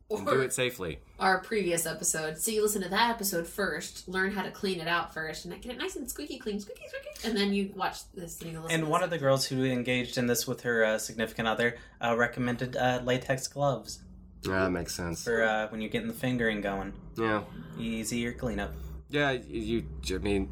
A: and do
C: Or
A: it safely.
C: our previous episode. So you listen to that episode first, learn how to clean it out first, and get it nice and squeaky clean, squeaky, squeaky, and then you watch this and you listen.
B: And
C: to
B: one
C: this.
B: of the girls who engaged in this with her uh, significant other uh, recommended uh, latex gloves
A: Yeah, that makes sense.
B: for uh, when you're getting the fingering going.
A: Yeah,
B: Easier cleanup.
A: yeah. You, I mean,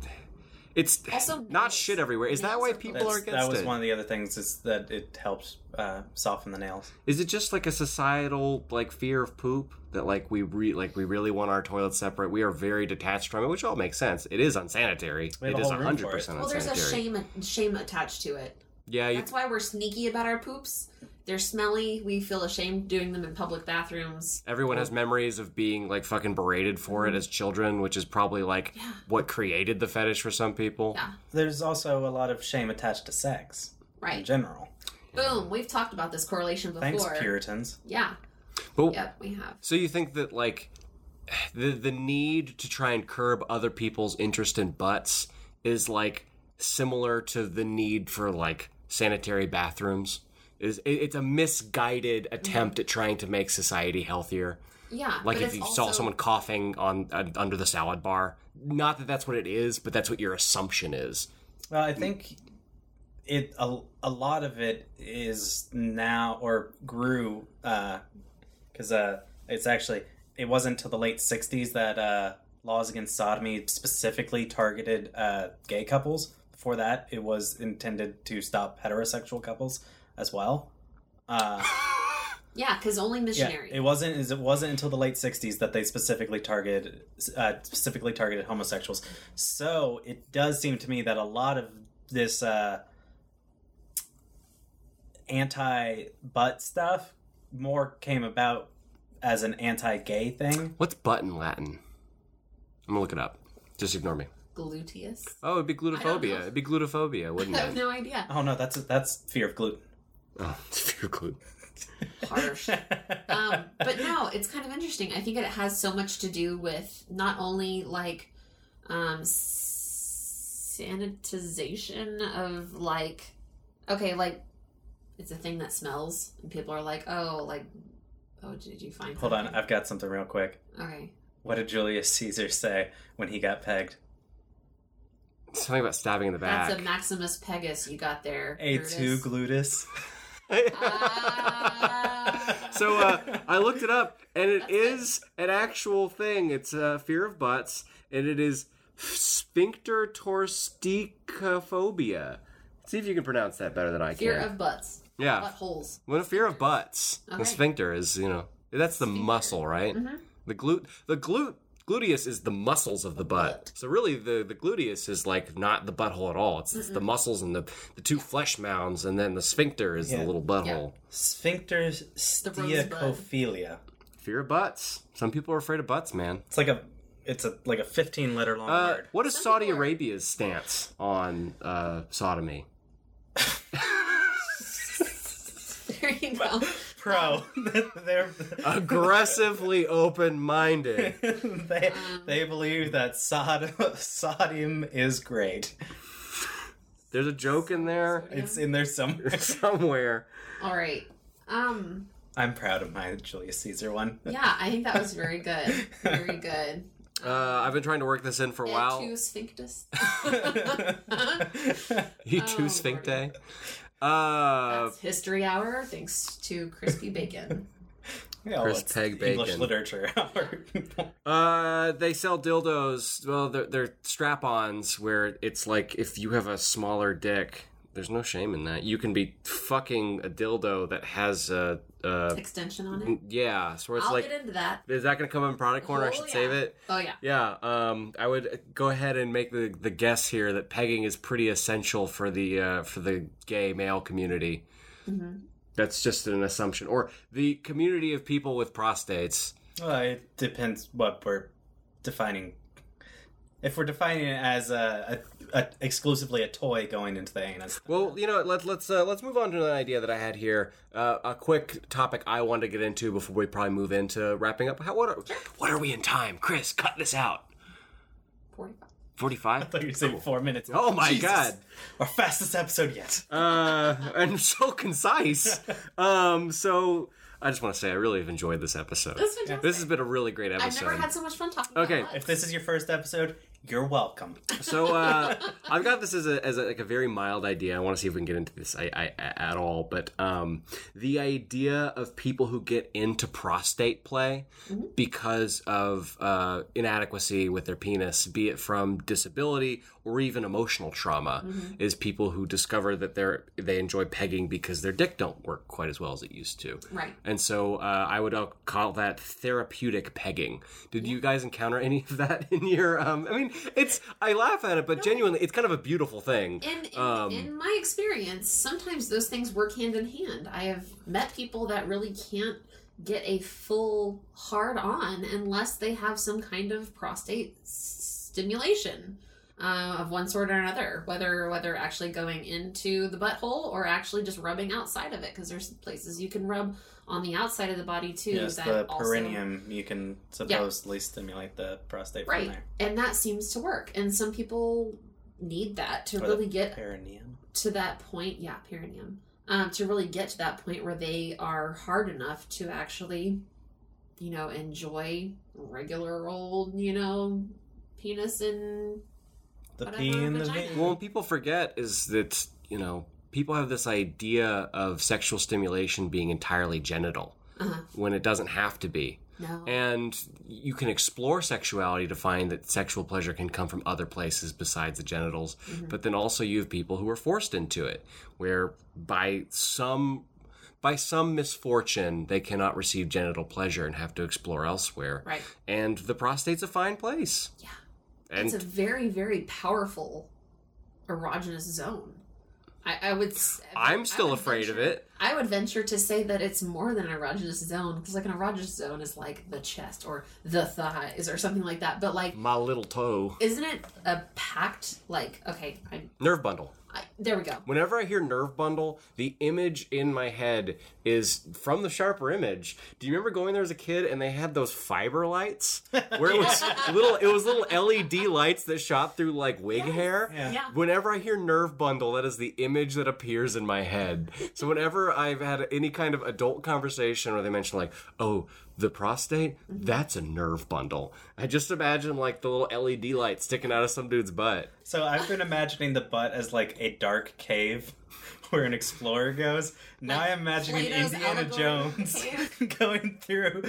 A: it's
C: Also,
A: not
C: nails.
A: shit everywhere. Is that
C: Nails
A: why
C: are
A: people
B: That's,
A: are against
B: that was
A: it?
B: one of the other things is that it helps uh, soften the nails.
A: Is it just like a societal like fear of poop that like we re- like we really want our toilets separate? We are very detached from it, which all makes sense. It is unsanitary.
B: We have
A: It
B: a
A: is
B: whole room
A: hundred
B: for it.
A: percent
C: well, there's a
A: unsanitary.
C: shame shame attached to it.
A: Yeah, you,
C: That's why we're sneaky about our poops. They're smelly. We feel ashamed doing them in public bathrooms.
A: everyone has memories of being like fucking berated for it as children, which is probably like
C: Mm-hmm. Yeah.
A: what created the fetish for some people.
C: Yeah.
B: There's also a lot of shame attached to sex in
C: Right.
B: general.
C: Boom. We've talked about this correlation before.
B: Thanks, Puritans.
C: Yeah.
A: But
C: Yep. We have.
A: so you think that like the the need to try and curb other people's interest in butts is like similar to the need for like sanitary bathrooms. Is it, it's a misguided attempt at trying to make society healthier.
C: Yeah.
A: Like
C: Mm-hmm. but
A: if
C: it's
A: you saw
C: also-
A: someone coughing on uh, under the salad bar, not that that's what it is, but that's what your assumption is.
B: Well, I think it a, a lot of it is now or grew because uh, it's actually it wasn't until the late '60s that uh, laws against sodomy specifically targeted uh, gay couples. Before that, it was intended to stop heterosexual couples as well. Uh,
C: Yeah, because only
B: yeah,
C: missionary.
B: it wasn't. is- It wasn't until the late '60s that they specifically targeted uh, specifically targeted homosexuals. So it does seem to me that a lot of this uh, anti butt stuff more came about as an anti gay thing.
A: What's butt in Latin? I'm gonna look it up. Just ignore me.
C: Gluteus.
A: Oh, it'd be
C: know.
A: glutaphobia. It'd be glutaphobia, wouldn't
C: I have
A: it?
C: no idea.
B: Oh no, that's that's fear of gluten.
A: Oh, fear gluten.
C: Harsh. um, but no, it's kind of interesting. I think it has so much to do with not only like um, s- sanitization of like, okay, like it's a thing that smells, and people are like, oh, like, oh, did you find?
B: Hold on,
C: something?
B: I've got something real quick.
C: Okay.
B: What did Julius Caesar say when he got pegged?
A: Something about stabbing in the back.
C: That's a Maximus Pegasus you got there.
B: A
C: Brutus.
B: two gluteus.
C: Ah.
A: so uh, I looked it up, and it is an actual thing. It's uh, fear of butts, and it is sphincter torsticophobia. See if you can pronounce that better than I can.
C: Fear of butts,
A: yeah,
C: butt holes.
A: well, a fear of butts. The
C: Alright. Mm-hmm.
A: sphincter is you know that's the muscle, right? The glute, the glute. Gluteus is the muscles of the butt. So really the, the gluteus is like not the butthole at all. It's, it's the muscles and the, the two flesh mounds and then the sphincter is
B: Yeah.
A: the little butthole.
B: Sphincter
C: rosebud.
B: steacophilia.
A: Fear of butts. Some people are afraid of butts, man.
B: It's like a it's a like a fifteen letter long
A: Uh,
B: word.
A: what is Saudi
C: Oh, people are-
A: Arabia's stance on uh, sodomy?
C: There you go.
B: pro. They're
A: Aggressively open minded.
B: they they believe that sod- sodium is great.
A: There's a joke in there
B: It's in there somewhere.
A: somewhere.
C: All right. Um.
B: I'm proud of my Julius Caesar one.
C: Yeah, I think that was very good. Very good.
A: Uh, I've been trying to work this in for a while. Uh,
C: Two sphinctus.
A: You
C: Oh,
A: two
C: Lordy.
A: sphinctae. Uh,
C: That's history hour, thanks to crispy bacon.
B: We all
A: Chris
B: want
A: Peg
B: English
A: Bacon.
B: literature.
A: uh, they sell dildos. Well, they're, they're strap-ons where it's like if you have a smaller dick, there's no shame in that. You can be fucking a dildo that has a, a
C: Extension on it.
A: yeah. So it's
C: I'll
A: like,
C: get into that.
A: is that gonna come in product corner? I
C: Oh,
A: should
C: yeah.
A: save it.
C: Oh yeah.
A: Yeah, um, I would go ahead and make the, the guess here that pegging is pretty essential for the uh, for the gay male community.
C: Mm-hmm.
A: That's just an assumption, or the community of people with prostates.
B: well, Uh, it depends what we're defining. If we're defining it as a, a, a exclusively a toy going into the anus,
A: Well, you know, let's let's uh, let's move on to an idea that I had here. Uh, a quick topic I wanted to get into before we probably move into wrapping up. How, what are what are we in time, Chris? Cut this out.
C: 45.
A: Forty five.
B: I thought you were saying four minutes.
A: Oh my
B: Jesus.
A: God.
B: Our fastest episode yet.
A: uh, and so concise. Um, so I just want to say I really have enjoyed this episode.
C: That's fantastic.
A: This has been a really great
C: I've
A: episode.
C: never had so much fun talking.
A: Okay.
C: About
B: if
C: Lux.
B: this is your first episode, you're welcome.
A: so uh, I've got this as a, as a, like a very mild idea. I want to see if we can get into this I, I, at all, but um, the idea of people who get into prostate play because of uh, inadequacy with their penis, be it from disability or even emotional trauma, is people who discover that they're they enjoy pegging because their dick don't work quite as well as it used to.
C: Right.
A: And so uh, I would uh, call that therapeutic pegging. Did you guys encounter any of that in your? Um, I mean, it's I laugh at it, but genuinely, it's kind of a beautiful thing.
C: In, in,
A: Um,
C: in my experience, sometimes those things work hand in hand. I have met people that really can't get a full hard on unless they have some kind of prostate s- stimulation uh, of one sort or another, whether whether actually going into the butthole or actually just rubbing outside of it, because there's places you can rub on the outside of the body too.
B: Yes,
C: that
B: the
C: also-
B: perineum. You can supposedly stimulate the prostate
C: right,
B: from there.
C: and that seems to work. And some people need that to
B: Or the
C: really get
B: Perineum.
C: to that point, yeah, perineum, um, to really get to that point where they are hard enough to actually, you know, enjoy regular old, you know, penis and
B: The
C: Whatever,
B: P in the
C: vagina.
B: V.
A: Well, what people forget is that you know people have this idea of sexual stimulation being entirely genital
C: uh,
A: when it doesn't have to be.
C: no,
A: And you can explore sexuality to find that sexual pleasure can come from other places besides the genitals.
C: mm-hmm,
A: But then also you have people who are forced into it, where by some by some misfortune they cannot receive genital pleasure and have to explore elsewhere.
C: right?
A: And the prostate's a fine place.
C: Yeah.
A: And
C: it's a very, very powerful erogenous zone. I, I would. s- I
A: I'm
C: would
A: still afraid of
C: venture-
A: it.
C: I would venture to say that it's more than an erogenous zone because, like, an erogenous zone is like the chest or the thighs or something like that. But like,
A: My little toe.
C: isn't it a packed? Like, okay, I'm
A: Nerve bundle.
C: I, there we go.
A: Whenever I hear nerve bundle, the image in my head is from the sharper image. Do you remember going there as a kid and they had those fiber lights where it was little it was little LED lights that shot through like wig hair?
B: Yeah.
C: Yeah.
A: Whenever I hear nerve bundle, that is the image that appears in my head. So whenever I've had any kind of adult conversation where they mention like, "Oh, the prostate,
B: Mm-hmm.
A: that's a nerve bundle." I just imagine like the little LED light sticking out of some dude's butt.
B: So I've been imagining the butt as like a dark cave where an explorer goes. Now I'm imagining
C: Plato's
B: Indiana
C: allegory
B: Jones going through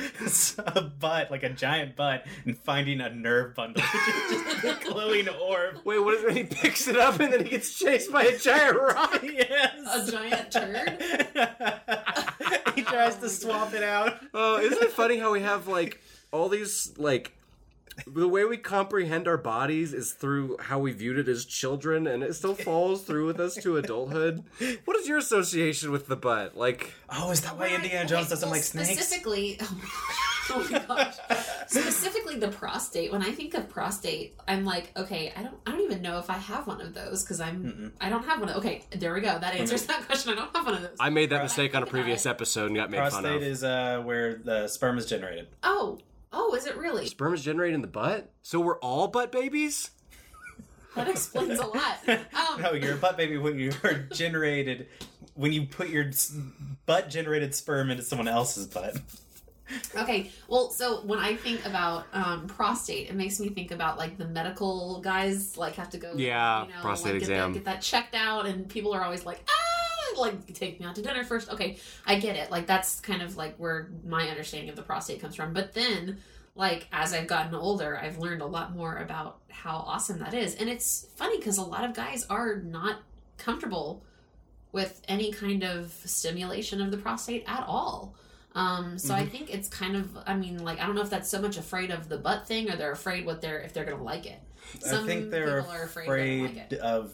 B: a butt, like a giant butt, and finding a nerve bundle, which is just a glowing orb.
A: Wait, what is it? He picks it up and then he gets chased by a giant rock.
C: A
B: Yes.
C: giant turd.
B: he tries to swap it out.
A: Oh, isn't it funny how we have like all these like the way we comprehend our bodies is through how we viewed it as children, and it still falls through with us to adulthood. What is your association with the butt? Like,
B: Oh, is that why Indiana Jones doesn't like snakes?
C: Specifically, oh my Oh my gosh. Specifically the prostate. When I think of prostate, I'm like, okay, I don't I don't even know if I have one of those because I'm
B: Mhm.
C: I don't have one of Okay, there we go. That answers that question. I don't have one of those.
A: I made that
B: Right.
A: mistake on a previous episode and got made fun of.
B: Prostate is uh, where the sperm is generated.
C: oh. Oh, is it really?
A: Sperm is generated in the butt, so we're all butt babies.
C: That explains a lot. Um,
B: No, you're a butt baby when you are generated, when you put your butt generated sperm into someone else's butt.
C: Okay, well, so when I think about um, prostate, it makes me think about like the medical guys like have to go,
A: Yeah,
C: you
A: prostate
C: like, get that-
A: exam.
C: get that checked out, and people are always like, ah, like take me out to dinner first. Okay, I get it. Like that's kind of like where my understanding of the prostate comes from. But then, like as I've gotten older, I've learned a lot more about how awesome that is, and it's funny because a lot of guys are not comfortable with any kind of stimulation of the prostate at all. Um, so I
A: Mm-hmm.
C: think it's kind of, I mean, like I don't know if that's so much afraid of the butt thing, or they're afraid what they're if they're gonna like it.
B: I think they're
C: people are
B: afraid,
C: they don't like it.
B: of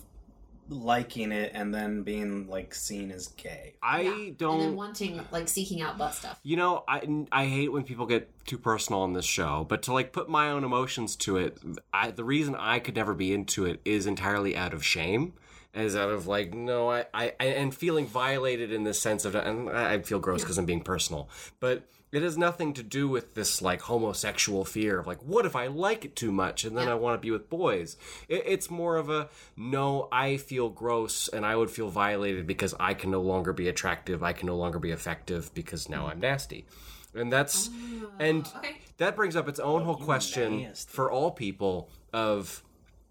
B: liking it and then being like seen as gay.
A: I
C: Yeah. And
A: don't.
C: and then wanting like seeking out butt stuff.
A: You know, I, I hate when people get too personal on this show, but to like put my own emotions to it, I, the reason I could never be into it is entirely out of shame, is out of like no, I I I- and feeling violated in this sense of and I I feel gross because I'm being personal, but it has nothing to do with this like homosexual fear of like what if I like it too much and then I want to be with boys. It, it's more of a no, I feel gross and I would feel violated because I can no longer be attractive, I can no longer be effective because now I'm nasty, and that's and
C: Okay,
A: that brings up its own whole
B: Ah. you
A: question
B: nasty.
A: for all people of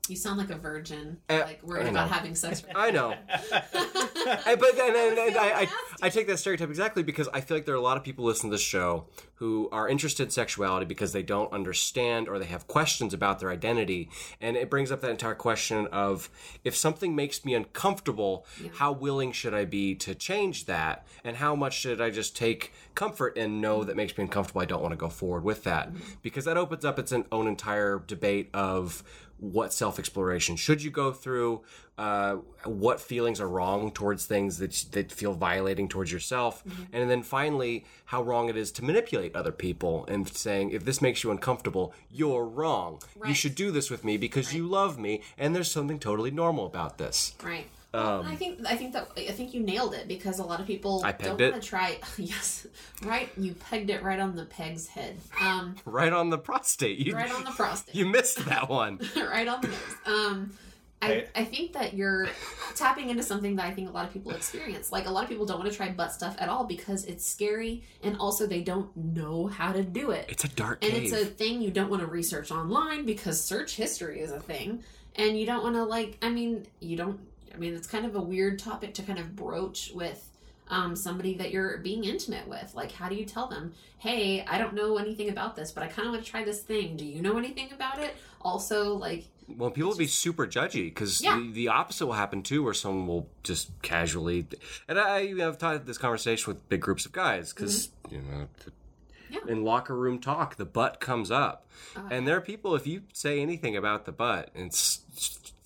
C: you sound like a virgin,
A: Uh,
C: like worried
A: I
C: about
A: know.
C: having sex.
A: I know. I, but and, and, and I, I, I take that stereotype exactly because I feel like there are a lot of people listening to this show who are interested in sexuality because they don't understand or they have questions about their identity. And it brings up that entire question of if something makes me uncomfortable, how willing should I be to change that? And how much should I just take comfort and know that makes me uncomfortable? I don't want to go forward with that because that opens up its own entire debate of what self exploration should you go through, uh, what feelings are wrong towards things that that feel violating towards yourself,
C: Mm-hmm.
A: and then finally how wrong it is to manipulate other people and saying if this makes you uncomfortable, you're wrong. You
C: Right.
A: should do this with me because you love me, and there's something totally normal about this.
C: Right. Well, and I think I think that I think you nailed it because a lot of people
A: Um, I
C: don't
A: pegged it.
C: want to try. Yes, right. You pegged it right on the peg's head, um,
A: Right on the prostate, you
C: right on the prostate,
A: you missed that one.
C: right on the nose. Um, I,
B: Right.
C: I think that you're tapping into something that I think a lot of people experience. Like a lot of people don't want to try butt stuff at all because it's scary, and also they don't know how to do it.
A: It's a dark
C: And
A: cave.
C: it's a thing you don't want to research online because search history is a thing. And you don't want to, like, I mean, you don't, I mean, it's kind of a weird topic to kind of broach with um, somebody that you're being intimate with. Like, how do you tell them, hey, I don't know anything about this, but I kind of want to try this thing. Do you know anything about it? Also, like,
A: Well, people will be super judgy because
C: Yeah.
A: the, the opposite will happen too, where someone will just casually. And I have had this conversation with big groups of guys because you know, th-
C: Mm-hmm. Yeah. Oh,
A: in locker room talk, the butt comes up, and there are people. If you say anything about the butt, it's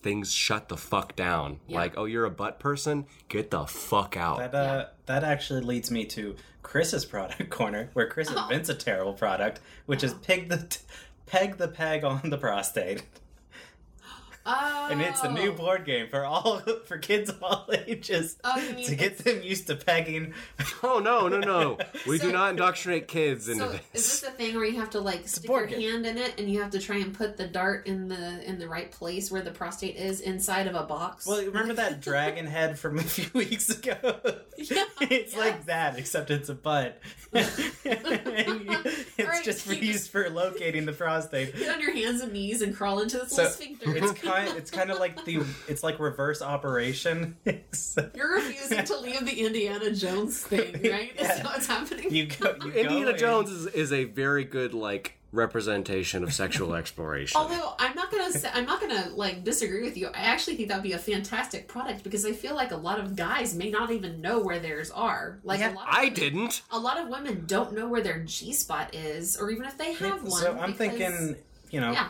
A: things shut the fuck down.
C: Yeah.
A: Like, oh, you're a butt person, get the fuck out.
B: That uh, that actually leads me to Chris's product corner, where Chris
C: Oh.
B: invents a terrible product, which
C: Uh-huh.
B: is peg the t- peg the peg on the prostate,
C: oh.
B: and it's a new board game for all for kids of all ages
C: Oh, you mean
B: to get them used to pegging.
A: oh no, no, no! We
C: So-
A: do not indoctrinate kids into
C: So is
A: this.
C: this the thing where you have to like stick your
B: board game.
C: hand in it and you have to try and put the dart in the in the right place where the prostate is inside of a box?
B: Well, you remember that dragon head from a few weeks ago?
C: Yeah,
B: it's
C: yes.
B: like that, except it's a butt. And you- it's
C: Alright,
B: just for
C: keep it.
B: used for locating the prostate.
C: get on your hands and knees and crawl into this
B: So, mhm.
C: little sphincter.
B: It's kind. It's kind of like the. It's like reverse operation. Except
C: You're refusing to leave the Indiana Jones thing, right? That's
B: Yeah.
C: not what's happening.
B: you go. You go
A: Indiana
B: in.
A: Jones is, is a very good like representation of sexual exploration.
C: Although I'm not gonna, say, I'm not gonna like disagree with you. I actually think that'd be a fantastic product because I feel like a lot of guys may not even know where theirs are. Like
B: Yeah,
C: a lot of
A: I
C: women-
A: didn't.
C: A lot of women don't know where their G spot is, or even if they have one.
B: So I'm
C: because-
B: thinking, you know,
C: yeah,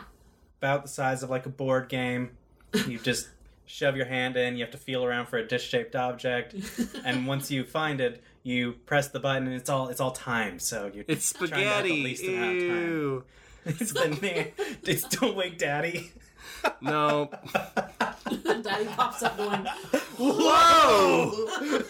B: about the size of like a board game. You just shove your hand in. You have to feel around for a dish-shaped object, and once you find it, you press the button and it's all it's all time. So you
A: It's
B: trying to have the
A: spaghetti.
B: least amount of time.
A: Ew.
B: it's the name. It's don't wake daddy.
A: No.
C: Daddy pops up going,
A: Whoa!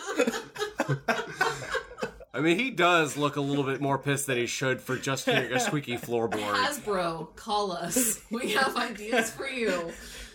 A: I mean, he does look a little bit more pissed than he should for just hearing a squeaky floorboard.
C: Hasbro, call us. We have ideas for you.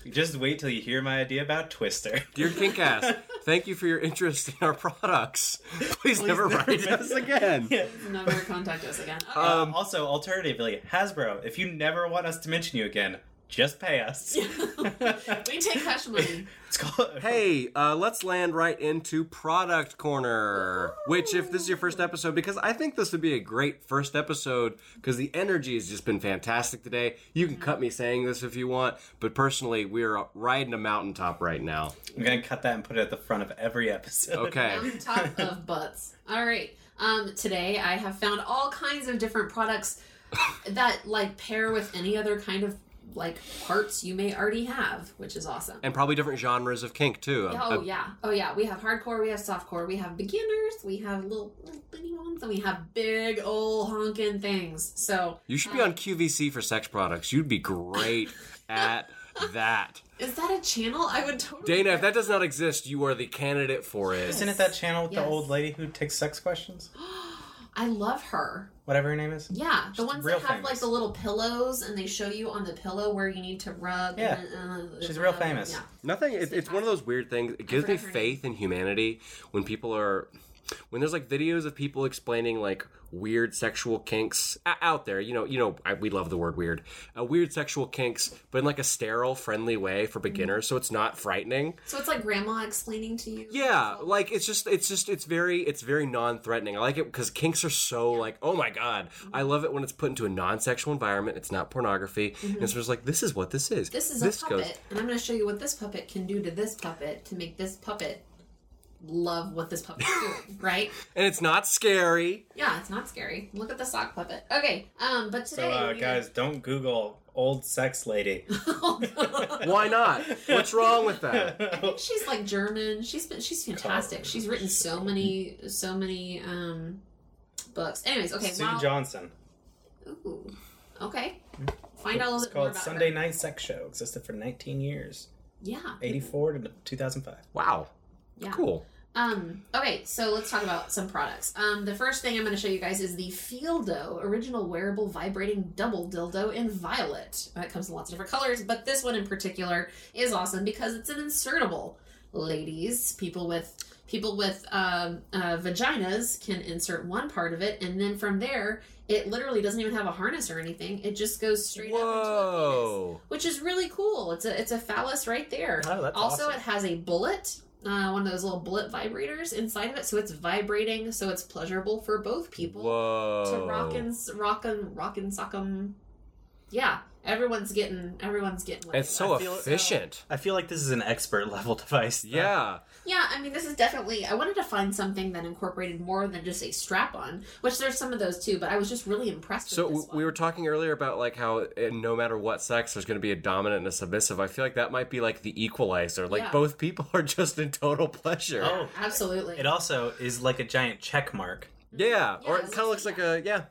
B: Just wait till you hear my idea about Twister.
A: Dear Kinkass, thank you for your interest in our products. Please, never
B: never
A: write us
B: mess-
A: again.
C: Never contact us again. Okay.
B: Uh, also, alternatively, Hasbro, if you never want us to mention you again, just pay us.
C: we take cash money.
B: It's called
A: Hey, uh, let's land right into product corner. Which, if this is your first episode, because I think this would be a great first episode, because the energy has just been fantastic today. You can cut me saying this if you want, but personally, we are riding a mountaintop right now.
B: I'm gonna cut that and put it at the front of every episode.
A: Okay.
C: on top of butts. All right. Um, today I have found all kinds of different products that like pair with any other kind of like parts you may already have, which is awesome.
A: And uh, probably different genres of kink, too. I'm-
C: Oh
A: I'm-
C: yeah, oh yeah. We have hardcore, we have softcore, we have beginners, we have little little bitty ones, and we have big old honking things. So
A: You should be on QVC for sex products. You'd be great at that.
C: is that a channel? I would totally.
A: Dana, if that does not exist, you are the candidate for it.
B: Isn't it that channel with
C: Yes.
B: the old lady who takes sex questions?
C: I love her.
B: Whatever her name is.
C: Yeah, the ones
B: real
C: that have like
B: famous.
C: the little pillows, and they show you on the pillow where you need to rub.
B: Yeah.
C: and, uh,
B: She's real famous.
C: Yeah.
A: Nothing. It, it's one of those weird things. It gives me
C: forgot her name.
A: faith in humanity when people are, when there's like videos of people explaining like weird sexual kinks o- out there. You know, you know, I, we love the word weird. Uh, weird sexual kinks, but in like a sterile, friendly way for beginners, so it's not frightening.
C: So it's like grandma explaining to you.
A: Yeah, like it's just, it's just, it's very, it's very non-threatening. I like it because kinks are so like, oh my god, I love it when it's put into a non-sexual environment. It's not pornography, and it's just like this is what this is.
C: This is a puppet, and I'm going to show you what this puppet can do to this puppet to make this puppet love what this puppet's doing, right?
A: and it's not scary.
C: Yeah, it's not scary. Look at the sock puppet. Okay, um, but today,
B: So, uh,
C: we- Oh,
B: guys, don't Google old sex lady.
A: Why not? What's wrong with that?
C: I think she's like German. She's been she's fantastic. She's written so many so many um books. Anyways, okay,
B: Sue
C: wow.
B: Johnson.
C: Ooh. Okay, find out a
B: Hmm?
C: little
B: It's
C: bit more
B: called
C: about
B: Sunday
C: Her.
B: Night Sex Show. Existed for 19 years,
C: Yeah,
B: 84 to 2005.
A: Wow.
C: yeah.
A: Cool.
C: Um, okay, so let's talk about some products. Um, the first thing I'm going to show you guys is the Fieldo original wearable vibrating double dildo in violet. Uh, It comes in lots of different colors, but this one in particular is awesome because it's an insertable. Ladies, people with people with um, uh, vaginas can insert one part of it, and then from there, it literally doesn't even have a harness or anything. It just goes straight up into a penis
A: Whoa.
C: which is really cool. It's a it's a phallus right there.
B: Oh, that's
C: also,
B: awesome.
C: it has a bullet, uh, one of those little bullet vibrators inside of it, so it's vibrating, so it's pleasurable for both people
A: Whoa.
C: to rock and s- rock and rock and sock 'em. Yeah, everyone's getting everyone's getting. What
A: It's
C: they
A: so
C: want.
B: I feel- uh,
A: efficient.
B: I feel like this is an expert level device. though.
A: Yeah.
C: Yeah, I mean, this is definitely. I wanted to find something that incorporated more than just a strap on, which there's some of those too. But I was just really impressed.
A: So
C: with this
A: w-
C: one.
A: we were talking earlier about like how uh, no matter what sex, there's going to be a dominant and a submissive. I feel like that might be like the equalizer. Like
C: Yeah.
A: both people are just in total pleasure.
B: Oh.
C: absolutely.
B: It also is like a giant check mark.
A: Yeah.
C: Yeah,
A: Or
C: it
A: it kind of looks like a yeah.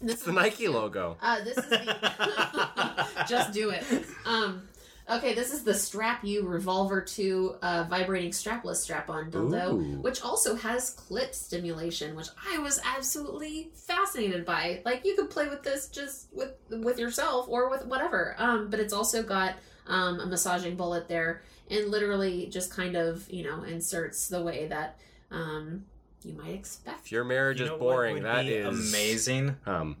C: This
A: It's
C: is
A: the Nike logo.
C: Uh, this is the just do it. Um, okay, this is the Strap U Revolver Two uh, vibrating strapless strap-on dildo,
A: Ooh.
C: which also has clit stimulation, which I was absolutely fascinated by. Like you could play with this just with with yourself or with whatever. Um, but it's also got um, a massaging bullet there, and literally just kind of you know inserts the way that um, you might expect.
A: If your marriage
B: You
A: is
B: know what
A: boring,
B: would
A: that
B: be
A: is
B: amazing.
A: Um,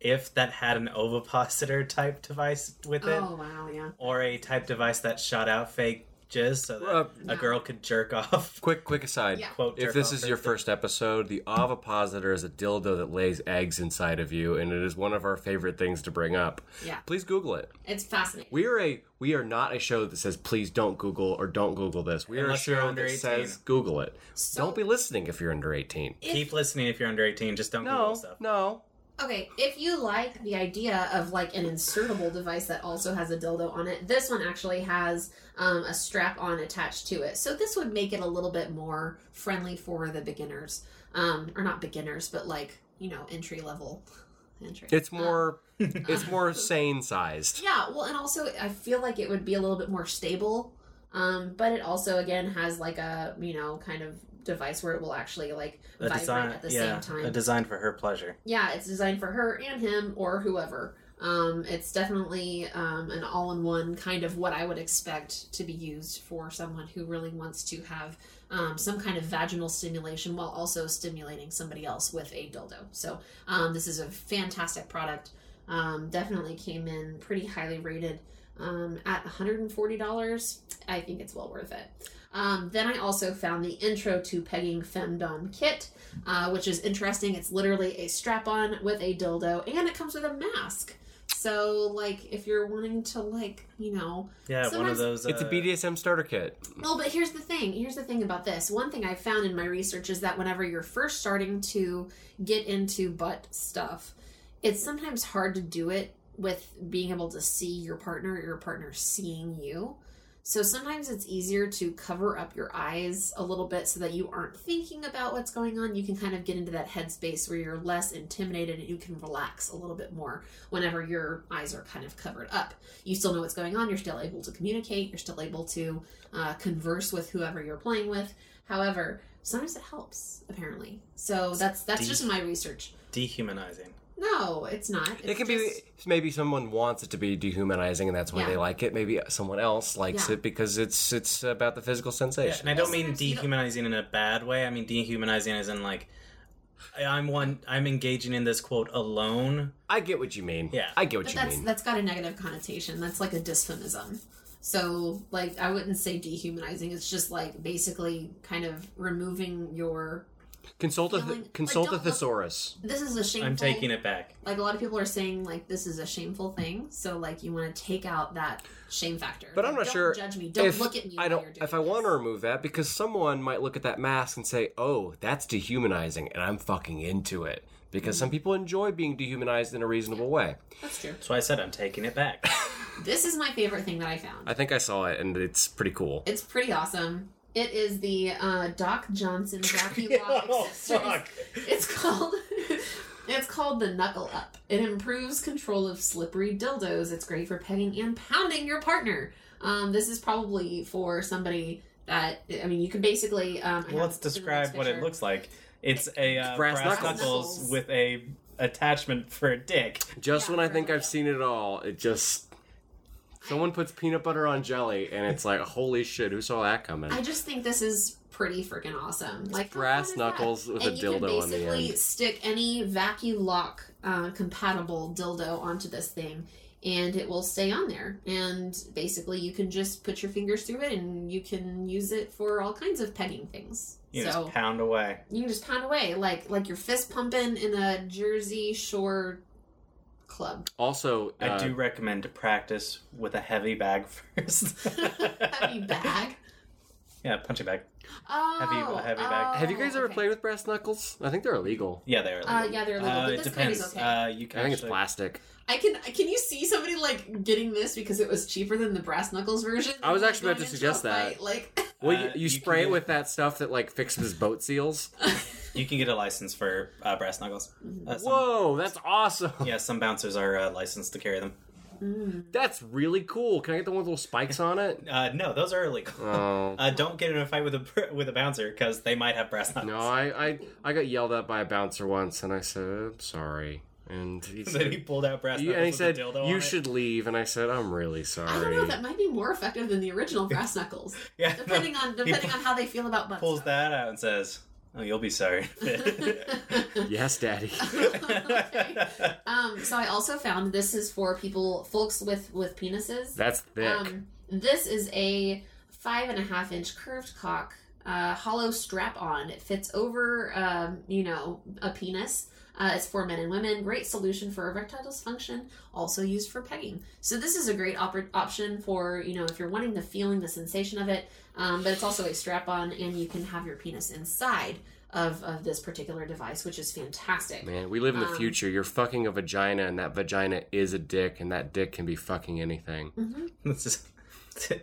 B: If that had an ovipositor type device with it,
C: oh wow, yeah.
B: or a type device that shot out fake jizz so that
A: Uh,
B: a girl could jerk off.
A: quick, quick aside.
C: Yeah.
B: Quote.
A: If
B: jerk
A: this
B: off
A: is
B: or
A: your
B: something.
A: first episode, the ovipositor is a dildo that lays eggs inside of you, and it is one of our favorite things to bring up.
C: Yeah.
A: Please Google it.
C: It's fascinating.
A: We are a we are not a show that says please don't Google or don't Google this. We are
B: Unless
A: a
B: you're
A: show
B: under
A: that
B: 18.
A: says Google it.
C: So-
A: don't be listening if you're under eighteen.
B: keep listening if you're under 18. Just don't Google
A: No,
B: stuff.
A: no.
C: Okay, if you like the idea of like an insertable device that also has a dildo on it, this one actually has um, a strap on attached to it. So this would make it a little bit more friendly for the beginners, um, or not beginners, but like you know entry level. Entry. Um,
A: It's more it's more sane sized.
C: Yeah, well, and also I feel like it would be a little bit more stable. Um, but it also again has like a you know kind of device where it will actually like
B: A
C: vibrate
B: design,
C: at the
B: yeah,
C: same time.
B: a design for her pleasure.
C: yeah, it's designed for her and him or whoever. Um, it's definitely um, an all-in-one kind of what I would expect to be used for someone who really wants to have um, some kind of vaginal stimulation while also stimulating somebody else with a dildo. So um, this is a fantastic product. Um, definitely came in pretty highly rated um, at $140. I think it's well worth it. Um, then I also found the Intro to Pegging Femdom kit, uh, which is interesting. It's literally a strap on with a dildo, and it comes with a mask. So, like, if you're wanting to, like, you know,
B: Yeah, one
C: Sometimes-
B: of those.
A: It's a
B: uh,
A: BDSM starter kit.
C: well, but here's the thing. Here's the thing about this. One thing I found in my research is that whenever you're first starting to get into butt stuff, it's sometimes hard to do it with being able to see your partner, or your partner seeing you. So sometimes it's easier to cover up your eyes a little bit so that you aren't thinking about what's going on. You can kind of get into that headspace where you're less intimidated and you can relax a little bit more whenever your eyes are kind of covered up. You still know what's going on, you're still able to communicate, you're still able to uh, converse with whoever you're playing with. However, sometimes it helps apparently. So that's that's
B: Deep.
C: just my research.
B: dehumanizing.
C: No, it's not.
A: It
C: It's
A: can
C: just-
A: be maybe someone wants it to be dehumanizing and that's why
C: Yeah.
A: they like it. Maybe someone else likes
C: Yeah.
A: it because it's it's about the physical sensation.
B: and I don't
C: Well,
B: mean
C: sometimes you don't-
B: dehumanizing in a bad way. I mean dehumanizing as in like I- I'm one. I'm engaging in this quote alone.
A: I get what you mean.
B: Yeah.
A: I get what
C: But
A: you
C: that's
A: mean.
C: that's got a negative connotation. That's like a dysphemism. So like I wouldn't say dehumanizing. It's just like basically kind of removing your.
A: Consult a
C: feeling- like,
A: consult a
C: don't look-
A: thesaurus.
C: This is a shameful.
B: I'm taking it back.
C: Like a lot of people are saying, like this is a shameful thing. So like you want to take out that shame factor.
A: But I'm
C: Like,
A: not
C: don't
A: sure
C: Judge me. Don't
A: if
C: look at me.
A: I
C: while
A: don't.
C: you're doing
A: If I want to
C: this.
A: remove that, because someone might look at that mask and say, "Oh, that's dehumanizing," and I'm fucking into it because
C: Mm.
A: some people enjoy being dehumanized in a reasonable way.
C: That's true.
B: That's why I said I'm taking it back.
C: This is my favorite thing that I found.
A: I think I saw it, and it's pretty cool.
C: It's pretty awesome. It is the uh, Doc Johnson Wacky Lock
A: oh,
C: accessories. It's called it's called the Knuckle Up. It improves control of slippery dildos. It's great for petting and pounding your partner. Um, this is probably for somebody that I mean, you can basically um, I have
B: Well, let's
C: the next
B: describe what
C: picture.
B: it looks like. It's a uh,
A: Brass
B: brass,
A: knuckles.
B: knuckles. with a attachment for a dick.
A: Just
C: Yeah,
A: when I think
C: definitely.
A: I've seen it all, it just someone puts peanut butter on jelly, and it's like, "Holy shit, who saw that coming?"
C: I just think this is pretty freaking awesome. Like how
A: brass
C: fun is that?
A: knuckles with a
C: and you can
A: dildo on the
C: basically
A: end.
C: Stick any vacuum lock uh, compatible dildo onto this thing, and it will stay on there. And basically, you can just put your fingers through it, and you can use it for all kinds of pegging things.
B: You
C: so
B: just pound away.
C: you can just pound away like like your fist pumping in a Jersey Shore club.
A: Also, uh,
B: I do recommend to practice with a heavy bag first.
C: heavy bag.
B: Yeah, punching bag.
C: Oh,
B: a heavy bag.
A: have you guys ever
C: played?
A: played with brass knuckles? I think they're illegal.
B: Yeah, they are.
C: Uh,
B: legal.
C: yeah, they're legal,
B: Uh,
C: but
B: it
C: this kind is
B: depends.
C: okay.
B: Uh, you
A: I
B: can
A: think it's
B: actually-
A: plastic.
C: I can. Can you see somebody like getting this because it was cheaper than the brass knuckles version?
A: I was
C: Like,
A: actually about
C: going
A: to
C: into
A: suggest
C: a
A: that.
C: fight, Like,
A: Well, you,
B: Uh,
A: you,
B: you can
A: spray it
B: get-
A: with that stuff that like fixes boat seals.
B: You can get a license for uh, brass knuckles.
C: Mm-hmm.
B: Uh, some-
A: Whoa, that's awesome!
B: Yeah, some bouncers are uh, licensed to carry them.
C: Mm.
A: That's really cool. Can I get the one with little spikes on it?
B: Uh, no, those are illegal.
A: Oh.
B: Uh, don't get in a fight with a with a bouncer because they might have brass knuckles.
A: No, I, I I got yelled at by a bouncer once, and I said, "I'm sorry." And he
B: then he
A: said,
B: pulled out brass
A: you,
B: knuckles
A: and he
B: with
A: said
B: a dildo on
A: "You
B: it.
A: should leave," and I said, "I'm really
C: I don't
A: sorry."
C: know. That might be more effective than the original brass knuckles,
B: Yeah, no,
C: depending on depending on how they feel about butts.
B: pulls that out and says, "Oh, you'll be sorry."
A: yes, Daddy.
C: Okay. Um. So I also found this is for people, folks with with penises.
A: That's thick.
C: Um, this is a five and a half inch curved cock, uh, hollow strap on. It fits over, um, you know, a penis. Uh, it's for men and women. Great solution for erectile dysfunction. Also used for pegging. So this is a great op- option for you know if you're wanting the feeling, the sensation of it. Um, but it's also a strap on, and you can have your penis inside of of this particular device, which is fantastic.
A: Man, we live in the
C: Um,
A: future. You're fucking a vagina, and that vagina is a dick, and that dick can be fucking anything.
C: Mhm.
B: This is.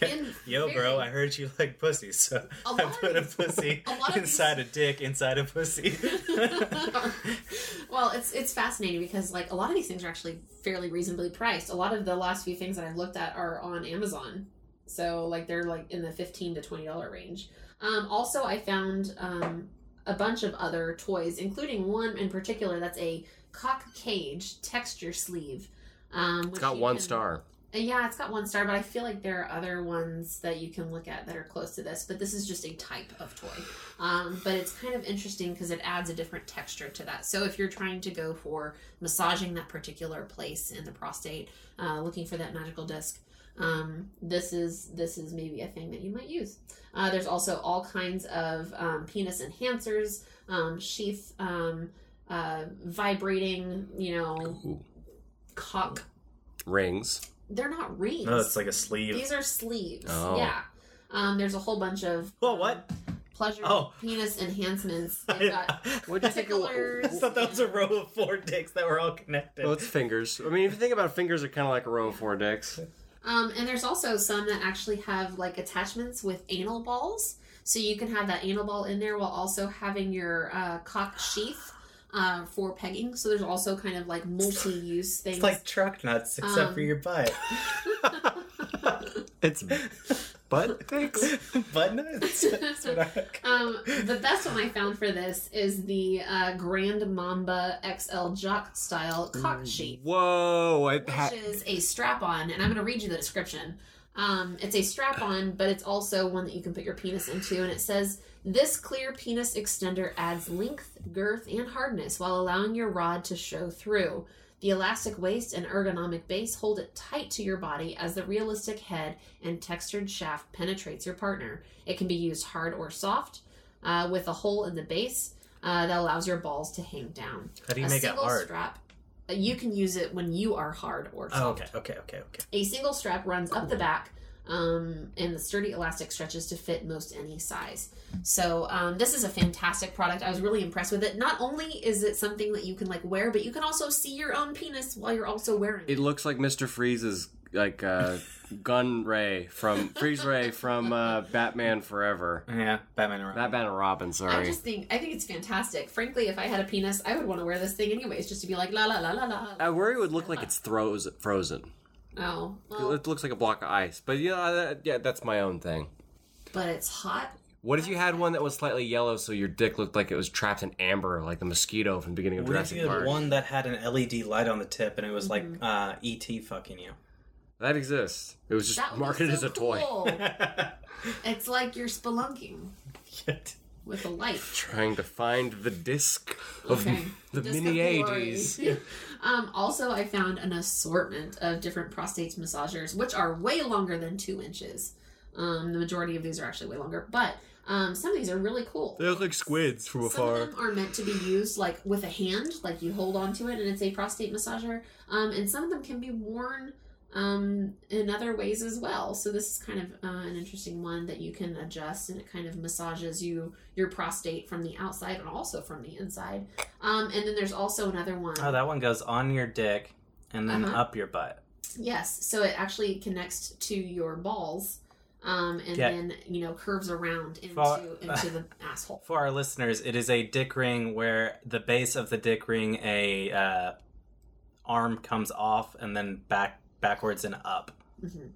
B: Yeah.
C: In
B: Yo,
C: very-
B: bro, I heard you like pussy, so
C: A
B: I
C: lot
B: put a
C: of-
B: pussy
C: a lot of
B: inside a dick inside a pussy.
C: well, it's it's fascinating because like a lot of these things are actually fairly reasonably priced. A lot of the last few things that I've looked at are on Amazon, so like they're like in the fifteen to twenty dollar range. Um, also, I found um, a bunch of other toys, including one in particular that's a cock cage texture sleeve. Um,
A: It's
C: which
A: got
C: you
A: one
C: can-
A: star.
C: uh, Yeah, it's got one star, but I feel like there are other ones that you can look at that are close to this. But this is just a type of toy. Um, but it's kind of interesting because it adds a different texture to that. So if you're trying to go for massaging that particular place in the prostate, uh, looking for that magical disc, um, this is this is maybe a thing that you might use. Uh, there's also all kinds of um, penis enhancers, um, sheath, um, uh, vibrating, you know,
A: Ooh.
C: cock.
A: Rings.
C: They're not rings.
B: no, it's like a sleeve.
C: These are sleeves.
A: Oh.
C: Yeah. Um, there's a whole bunch of um,
B: Well, Oh, what?
C: pleasure
B: Oh.
C: penis enhancements. They've got
B: I
A: What'd you think? Of,
C: Ticklers.
B: I thought that was a row of four dicks that were all connected.
A: well, it's fingers. I mean, if you think about it, fingers, are kind of like a row of four dicks.
C: um, and there's also some that actually have like attachments with anal balls, so you can have that anal ball in there while also having your uh, cock sheath uh, for pegging. So there's also kind of like multi-use things.
B: It's like truck nuts, except for
C: Um,
B: your butt.
A: It's butt dicks.
B: butt nuts. That's what I
C: Um, the best one I found for this is the uh, Grand Mamba XL Jock style
B: Mm.
C: cock sheath.
A: Whoa! I
C: which
A: ha-
C: is a strap on, and I'm going to read you the description. Um, it's a strap on, but it's also one that you can put your penis into, and it says this clear penis extender adds length, girth, and hardness while allowing your rod to show through. The elastic waist and ergonomic base hold it tight to your body as the realistic head and textured shaft penetrates your partner. It can be used hard or soft, uh, with a hole in the base uh, that allows your balls to hang down
B: How do you
C: a
B: make it
C: single
B: hard?
C: strap. uh, You can use it when you are hard or soft.
B: Oh, okay, okay, okay, okay.
C: A single strap runs up the back, um, and the sturdy elastic stretches to fit most any size. So um, this is a fantastic product. I was really impressed with it. Not only is it something that you can like wear, but you can also see your own penis while you're also wearing it.
A: it looks like Mister Freeze's like uh, gun ray from Freeze Ray from uh, Batman Forever.
B: Yeah, Batman and Robin.
A: Batman and Robin.
C: I
A: Sorry.
C: just think I think it's fantastic. Frankly, if I had a penis, I would want to wear this thing anyways, just to be like la la la la la.
A: I worry it would look like it's throws frozen.
C: Oh, well,
A: It looks like a block of ice. But yeah, that, yeah, that's my own thing.
C: but it's hot.
A: What if you had one that was slightly yellow, so your dick looked like it was trapped in amber, like the mosquito from the beginning of
B: What if
A: Jurassic
B: you had
A: Park?
B: one that had an LED light on the tip and it was like
C: Mm-hmm.
B: uh, ET fucking you?
A: That exists. It was just
C: That would be
A: marketed
C: so
A: as a toy.
C: cool. it's like you're spelunking with a light.
A: Trying to find the disc of
C: Okay.
A: the
C: Disc of
A: mini
C: glory.
A: eighties.
C: um, also, I found an assortment of different prostate massagers, which are way longer than two inches. Um, the majority of these are actually way longer, but um, some of these are really cool.
A: They look like squids from
C: Some of
A: afar.
C: them are meant to be used like with a hand, like you hold onto it, and it's a prostate massager. Um, and some of them can be worn um, in other ways as well. So this is kind of uh, an interesting one that you can adjust, and it kind of massages you your prostate from the outside and also from the inside. Um, and then there's also another one.
B: Oh, that one goes on your dick and then
C: Uh-huh.
B: up your butt.
C: Yes, so it actually connects to your balls, um, and
B: Yeah.
C: then you know curves around into
B: Far-
C: into the asshole.
B: For our listeners, it is a dick ring where the base of the dick ring a uh, arm comes off and then back backwards and up.
C: hmm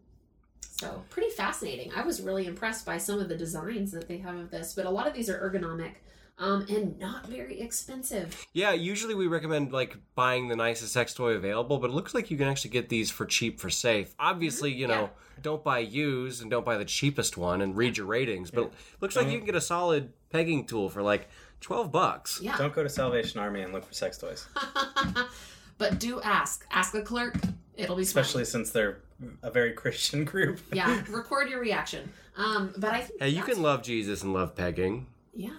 C: So pretty fascinating. I was really impressed by some of the designs that they have of this, but a lot of these are ergonomic um, and not very expensive.
A: Yeah, usually we recommend like buying the nicest sex toy available, but it looks like you can actually get these for cheap for safe. Obviously, you know, don't buy used and don't buy the cheapest one and read your ratings, but it looks like you can get a solid pegging tool for like 12 bucks.
C: Yeah,
B: Don't go to Salvation Army and look for sex toys,
C: Uh-huh. but do ask. Ask a clerk. It'll be smart.
B: especially since they're a very Christian group.
C: yeah. Record your reaction. Um, but I think
A: Hey, you
C: that's-
A: can love Jesus and love pegging.
C: yeah.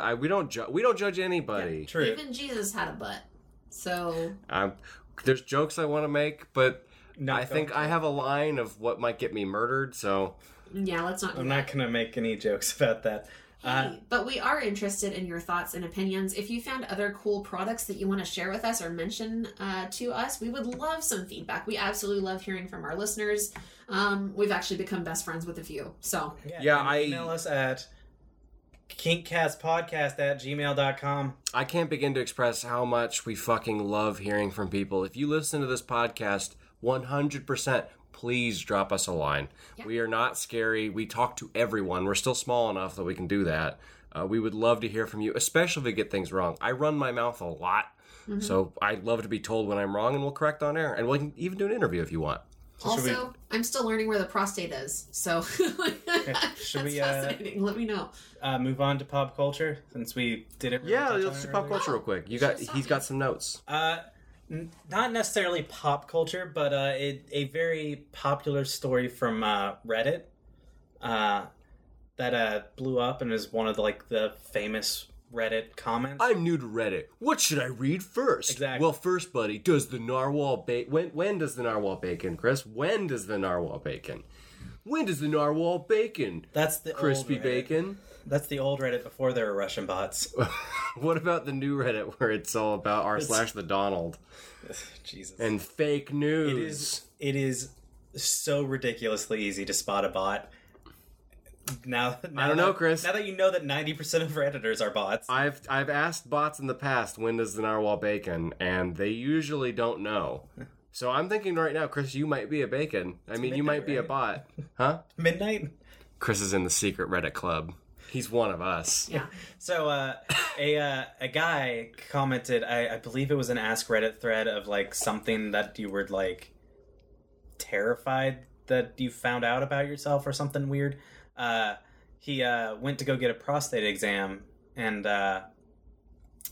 A: I, we don't ju- we don't judge anybody.
B: True.
C: Even Jesus had a butt. So
A: Um, there's jokes I want to make, but
B: Not
A: I think
B: going
A: I have a line of what might get me murdered. So
C: yeah, let's not. do
B: I'm
C: that.
B: not gonna make any jokes about that.
C: Hey,
B: Uh,
C: but we are interested in your thoughts and opinions. If you found other cool products that you want to share with us or mention uh, to us, we would love some feedback. We absolutely love hearing from our listeners. Um, we've actually become best friends with a few. So,
A: Yeah, I-
B: email us at kinkcastpodcast at gmail.com.
A: I can't begin to express how much we fucking love hearing from people. If you listen to this podcast 100%, please drop us a line.
C: Yeah.
A: We are not scary. We talk to everyone. We're still small enough that we can do that. Uh, we would love to hear from you, especially if we get things wrong. I run my mouth a lot,
C: Mm-hmm.
A: so I love to be told when I'm wrong and we'll correct on air. And we can even do an interview if you want.
B: should we-
C: also, I'm still learning where the prostate is. So, that's
B: Should we, uh,
C: fascinating. Let me know.
B: Uh, move on to pop culture since we did it. we
A: Yeah,
B: touched on
A: let's
B: it
A: do pop
B: earlier.
A: culture real quick. You got
C: Sure,
A: he's got some notes.
B: Uh, n- not necessarily pop culture, but uh, it, a very popular story from uh, Reddit uh, that uh, blew up and is one of the, like the famous Reddit comments.
A: I'm new to Reddit. What should I read first?
B: Exactly.
A: Well, first, buddy, does the narwhal bake? When when does the narwhal bacon, Chris? When does the narwhal bacon? When does the narwhal bacon?
B: That's the
A: Crispy
B: old Reddit.
A: bacon.
B: That's the old Reddit before there were Russian bots.
A: What about the new Reddit where it's all about r slash the Donald
B: Jesus.
A: and fake
B: it
A: news?
B: is it is so ridiculously easy to spot a bot. Now, now
A: don't know,
B: that-
A: Chris.
B: Now that you know that ninety percent of redditors are bots,
A: I've I've asked bots in the past when does the narwhal bacon, and they usually don't know. So I'm thinking right now, Chris, you might be a bacon. I mean, you
B: midnight,
A: might be a
B: right?
A: bot, huh?
B: midnight.
A: Chris is in the secret Reddit club. He's one of us.
C: Yeah.
B: So uh, a uh, a guy commented, I, I believe it was an Ask Reddit thread of like something that you were like terrified that you found out about yourself or something weird. Uh, he uh, went to go get a prostate exam, and uh,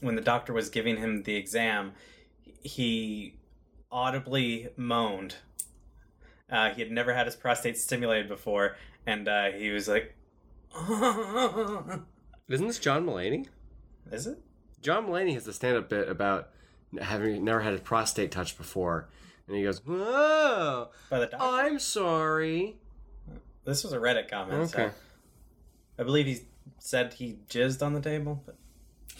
B: when the doctor was giving him the exam, he audibly moaned. Uh, he had never had his prostate stimulated before, and uh, he was like,
A: Isn't this John Mulaney?
B: "Is it?"
A: John Mulaney has a stand-up bit about having never had his prostate touched before, and he goes, "Whoa,
B: By the doctor.
A: I'm sorry."
B: This was a Reddit comment.
A: Okay.
B: So I believe he said he jizzed on the table. But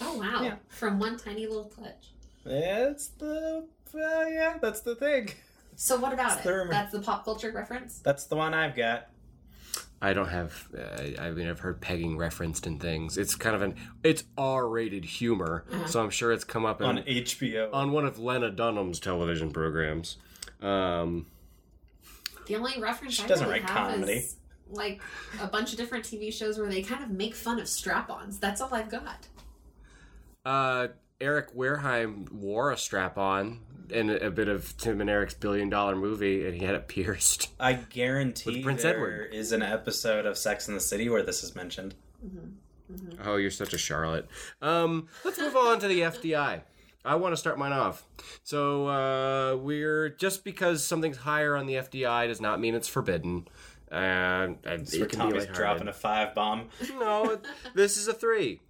C: Oh, wow.
B: Yeah.
C: From one tiny little touch.
B: that's the uh, yeah, that's the thing.
C: So, what about
B: It's
C: it?
B: the rumor.
C: That's the pop culture reference?
B: That's the one I've got.
A: I don't have. Uh, I mean, I've heard pegging referenced in things. It's kind of an it's R-rated humor, so I'm sure it's come up in,
B: On HBO.
A: on one of Lena Dunham's television programs. Um,
C: The only reference I
B: doesn't
C: really
B: write
C: have
B: comedy.
C: is like a bunch of different TV shows where they kind of make fun of strap-ons. That's all I've got.
A: Uh, Eric Wareheim wore a strap on in a, a bit of Tim and Eric's billion dollar movie, and he had it pierced.
B: I guarantee
A: With Prince
B: there
A: Edward.
B: is an episode of Sex in the City where this is mentioned.
A: Oh, you're such a Charlotte. Um, let's move on to the FDI. I want to start mine off. So uh, we're just because something's higher on the FDI does not mean it's forbidden. Uh, and
B: It's where
A: it can be
B: Tommy's
A: like
B: dropping a five bomb.
A: no, it- this is a three.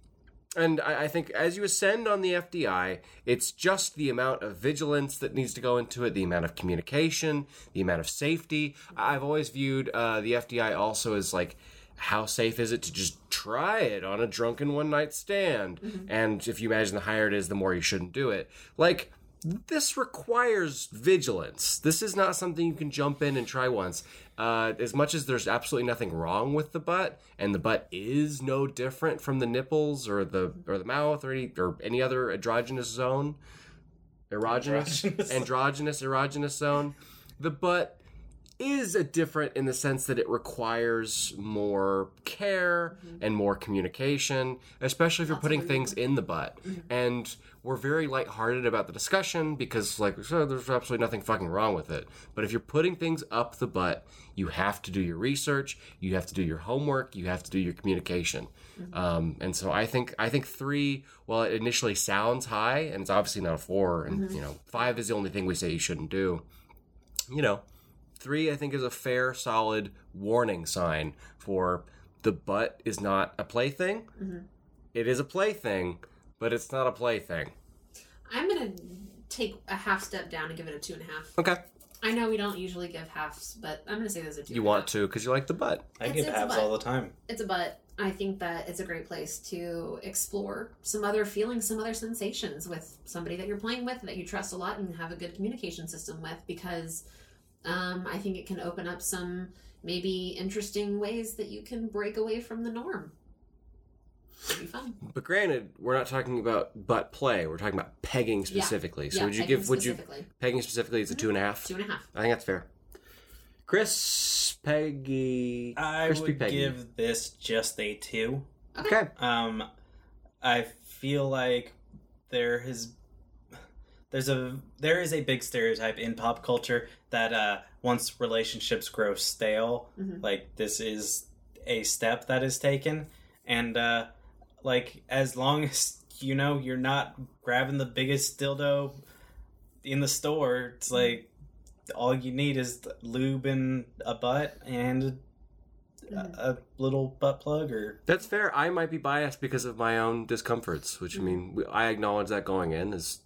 A: And I, I think as you ascend on the FDI, it's just the amount of vigilance that needs to go into it, the amount of communication, the amount of safety. I- I've always viewed uh, the FDI also as like, how safe is it to just try it on a drunken one night stand? And if you imagine the higher it is, the more you shouldn't do it. Like, this requires vigilance. This is not something you can jump in and try once. Uh, as much as there's absolutely nothing wrong with the butt, and the butt is no different from the nipples or the or the mouth or any or any other androgynous zone, erogenous,
B: Androgynous.
A: androgynous, erogenous zone, the butt is a different in the sense that it requires more care and more communication, especially if you're putting things in the butt. And we're very lighthearted about the discussion because, like we said, there's absolutely nothing fucking wrong with it. But if you're putting things up the butt, you have to do your research, you have to do your homework, you have to do your communication. Um, and so I think I think three, while it initially sounds high, and it's obviously not a four, and you know five is the only thing we say you shouldn't do. You know, Three, I think, is a fair, solid warning sign for the butt is not a plaything.
C: Mm-hmm.
A: It is a plaything, but it's not a plaything.
C: I'm gonna take a half step down and give it a two and a half.
A: Okay.
C: I know we don't usually give halves, but I'm gonna say there's a two.
A: You want to because you like the butt.
B: I
C: It's-
B: give
C: it's a
B: abs
C: butt.
B: all the time.
C: It's a butt. I think that it's a great place to explore some other feelings, some other sensations with somebody that you're playing with that you trust a lot and have a good communication system with because um, I think it can open up some maybe interesting ways that you can break away from the norm. It'd be fun.
A: But granted, we're not talking about butt play. We're talking about pegging specifically. So
C: Yeah,
A: would you
C: pegging Mm-hmm.
A: give? Would you
C: specifically.
A: pegging specifically? It's a two and a half.
C: two and a half?
A: I think that's fair. Chris Peggy.
B: I
A: Crispy
B: would
A: Peggy.
B: give this just a two.
A: Okay.
B: Um, I feel like there is there's a there is a big stereotype in pop culture that uh, once relationships grow stale,
C: Mhm.
B: like this is a step that is taken, and uh, like as long as you know you're not grabbing the biggest dildo in the store, it's like all you need is lube and a butt and a,
C: Mhm.
B: a little butt plug or
A: That's fair. I might be biased because of my own discomforts, which I mean, we- I acknowledge that going in is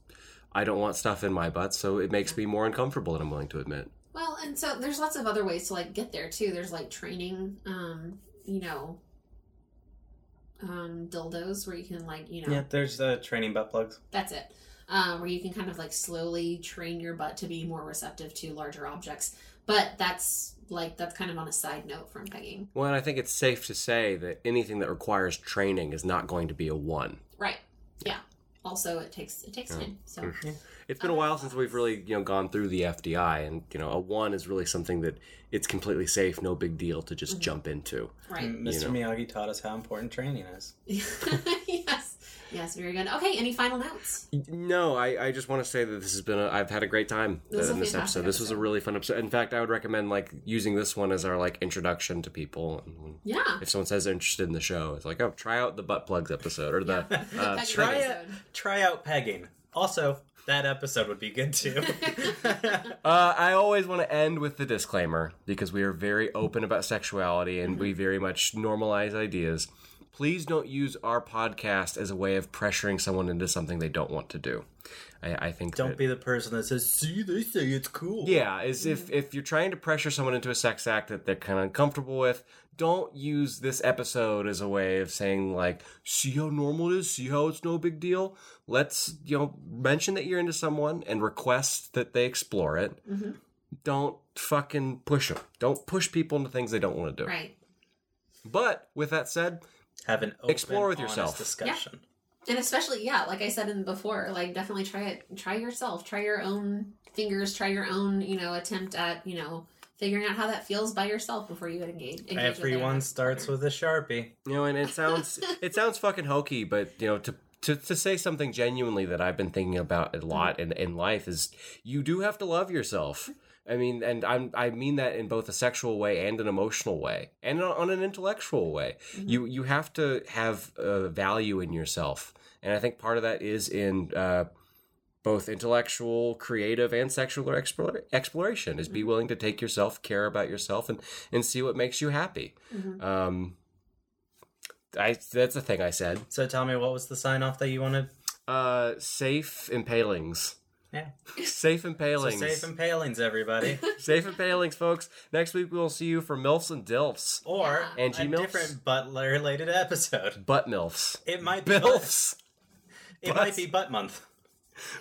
A: I don't want stuff in my butt, so it makes me more uncomfortable than I'm willing to admit.
C: Well, and so there's lots of other ways to like get there too. There's like training, um, you know, um, dildos where you can like, you know,
B: Yeah, there's uh, training butt plugs.
C: that's it. Uh, where you can kind of like slowly train your butt to be more receptive to larger objects. But that's like that's kind of on a side note from pegging,
A: Well, and I think it's safe to say that anything that requires training is not going to be a one.
C: right? Yeah. Also, it takes it takes
A: Yeah.
C: time. So
A: It's been a while since we've really, you know, gone through the FDI, and you know, a one is really something that it's completely safe, no big deal to just
C: Mhm.
A: jump into.
C: right.
B: And Mr.
A: You know.
B: Mm, Miyagi taught us how important training is.
C: yes. Yes. Very good. Okay. Any final notes?
A: No, I, I just want to say that this has been a, I've had a great time uh,
C: This was
A: in
C: a
A: this
C: fantastic
A: episode. This was a
C: episode.
A: really fun episode. In fact, I would recommend like using this one as our like introduction to people. And
C: Yeah.
A: if someone says they're interested in the show, it's like, oh, try out the butt plugs episode or the
C: Yeah.
A: uh,
C: Pegging
B: try it.
C: episode.
B: Try out pegging. Also, that episode would be good too.
A: Uh, I always want to end with the disclaimer because we are very open about sexuality and
C: Mm-hmm.
A: we very much normalize ideas. Please don't use our podcast as a way of pressuring someone into something they don't want to do. I, I think
B: Don't
A: that-
B: be the person that says, "See, they say it's cool."
A: yeah. Is if if you're trying to pressure someone into a sex act that they're kind of uncomfortable with, don't use this episode as a way of saying like, "See how normal it is. See how it's no big deal." Let's you know mention that you're into someone and request that they explore it
C: Mhm.
A: don't fucking push them. Don't push people into things they don't want to do.
C: Right.
A: But with that said,
B: Have an open,
A: Explore with
B: honest
A: yourself.
B: discussion.
C: and especially yeah like i said in before like definitely try it try yourself try your own fingers try your own you know attempt at you know figuring out how that feels by yourself before you engage, engage
B: Everyone
C: with
B: starts with a sharpie.
A: you know, and it sounds it sounds fucking hokey, but you know, to to, to say something genuinely that I've been thinking about a lot in, in life is you do have to love yourself. I mean, and I'm, I mean that in both a sexual way and an emotional way, and on, on an intellectual way. You you have to have uh, value in yourself, and I think part of that is in uh, both intellectual, creative, and sexual explora- exploration. Is be willing to take yourself, care about yourself, and and see what makes you happy. Um, I that's the thing I said.
B: So tell me, what was the sign off that you wanted?
A: Uh, safe impalings.
B: Yeah.
A: Safe
B: So
A: impalings.
B: safe impalings, everybody.
A: Safe impalings, folks. Next week we will see you for milfs and dilfs,
B: Or
C: Yeah.
A: And
B: a
A: G-milfs?
B: different butt-related episode.
A: butt milfs,
B: It might be butt-
A: bilfs.
B: It might be butt month.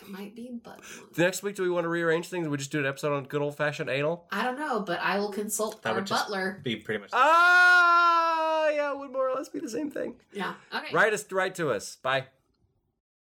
C: it might be but
A: Next week, do we want to rearrange things? We just do an episode on good old fashioned anal.
C: i don't know but i will consult
B: That
C: our
B: would just
C: butler
B: be pretty much.
A: Ah, yeah, it would more or less be the same thing.
C: yeah okay
A: Write us, write to us. Bye.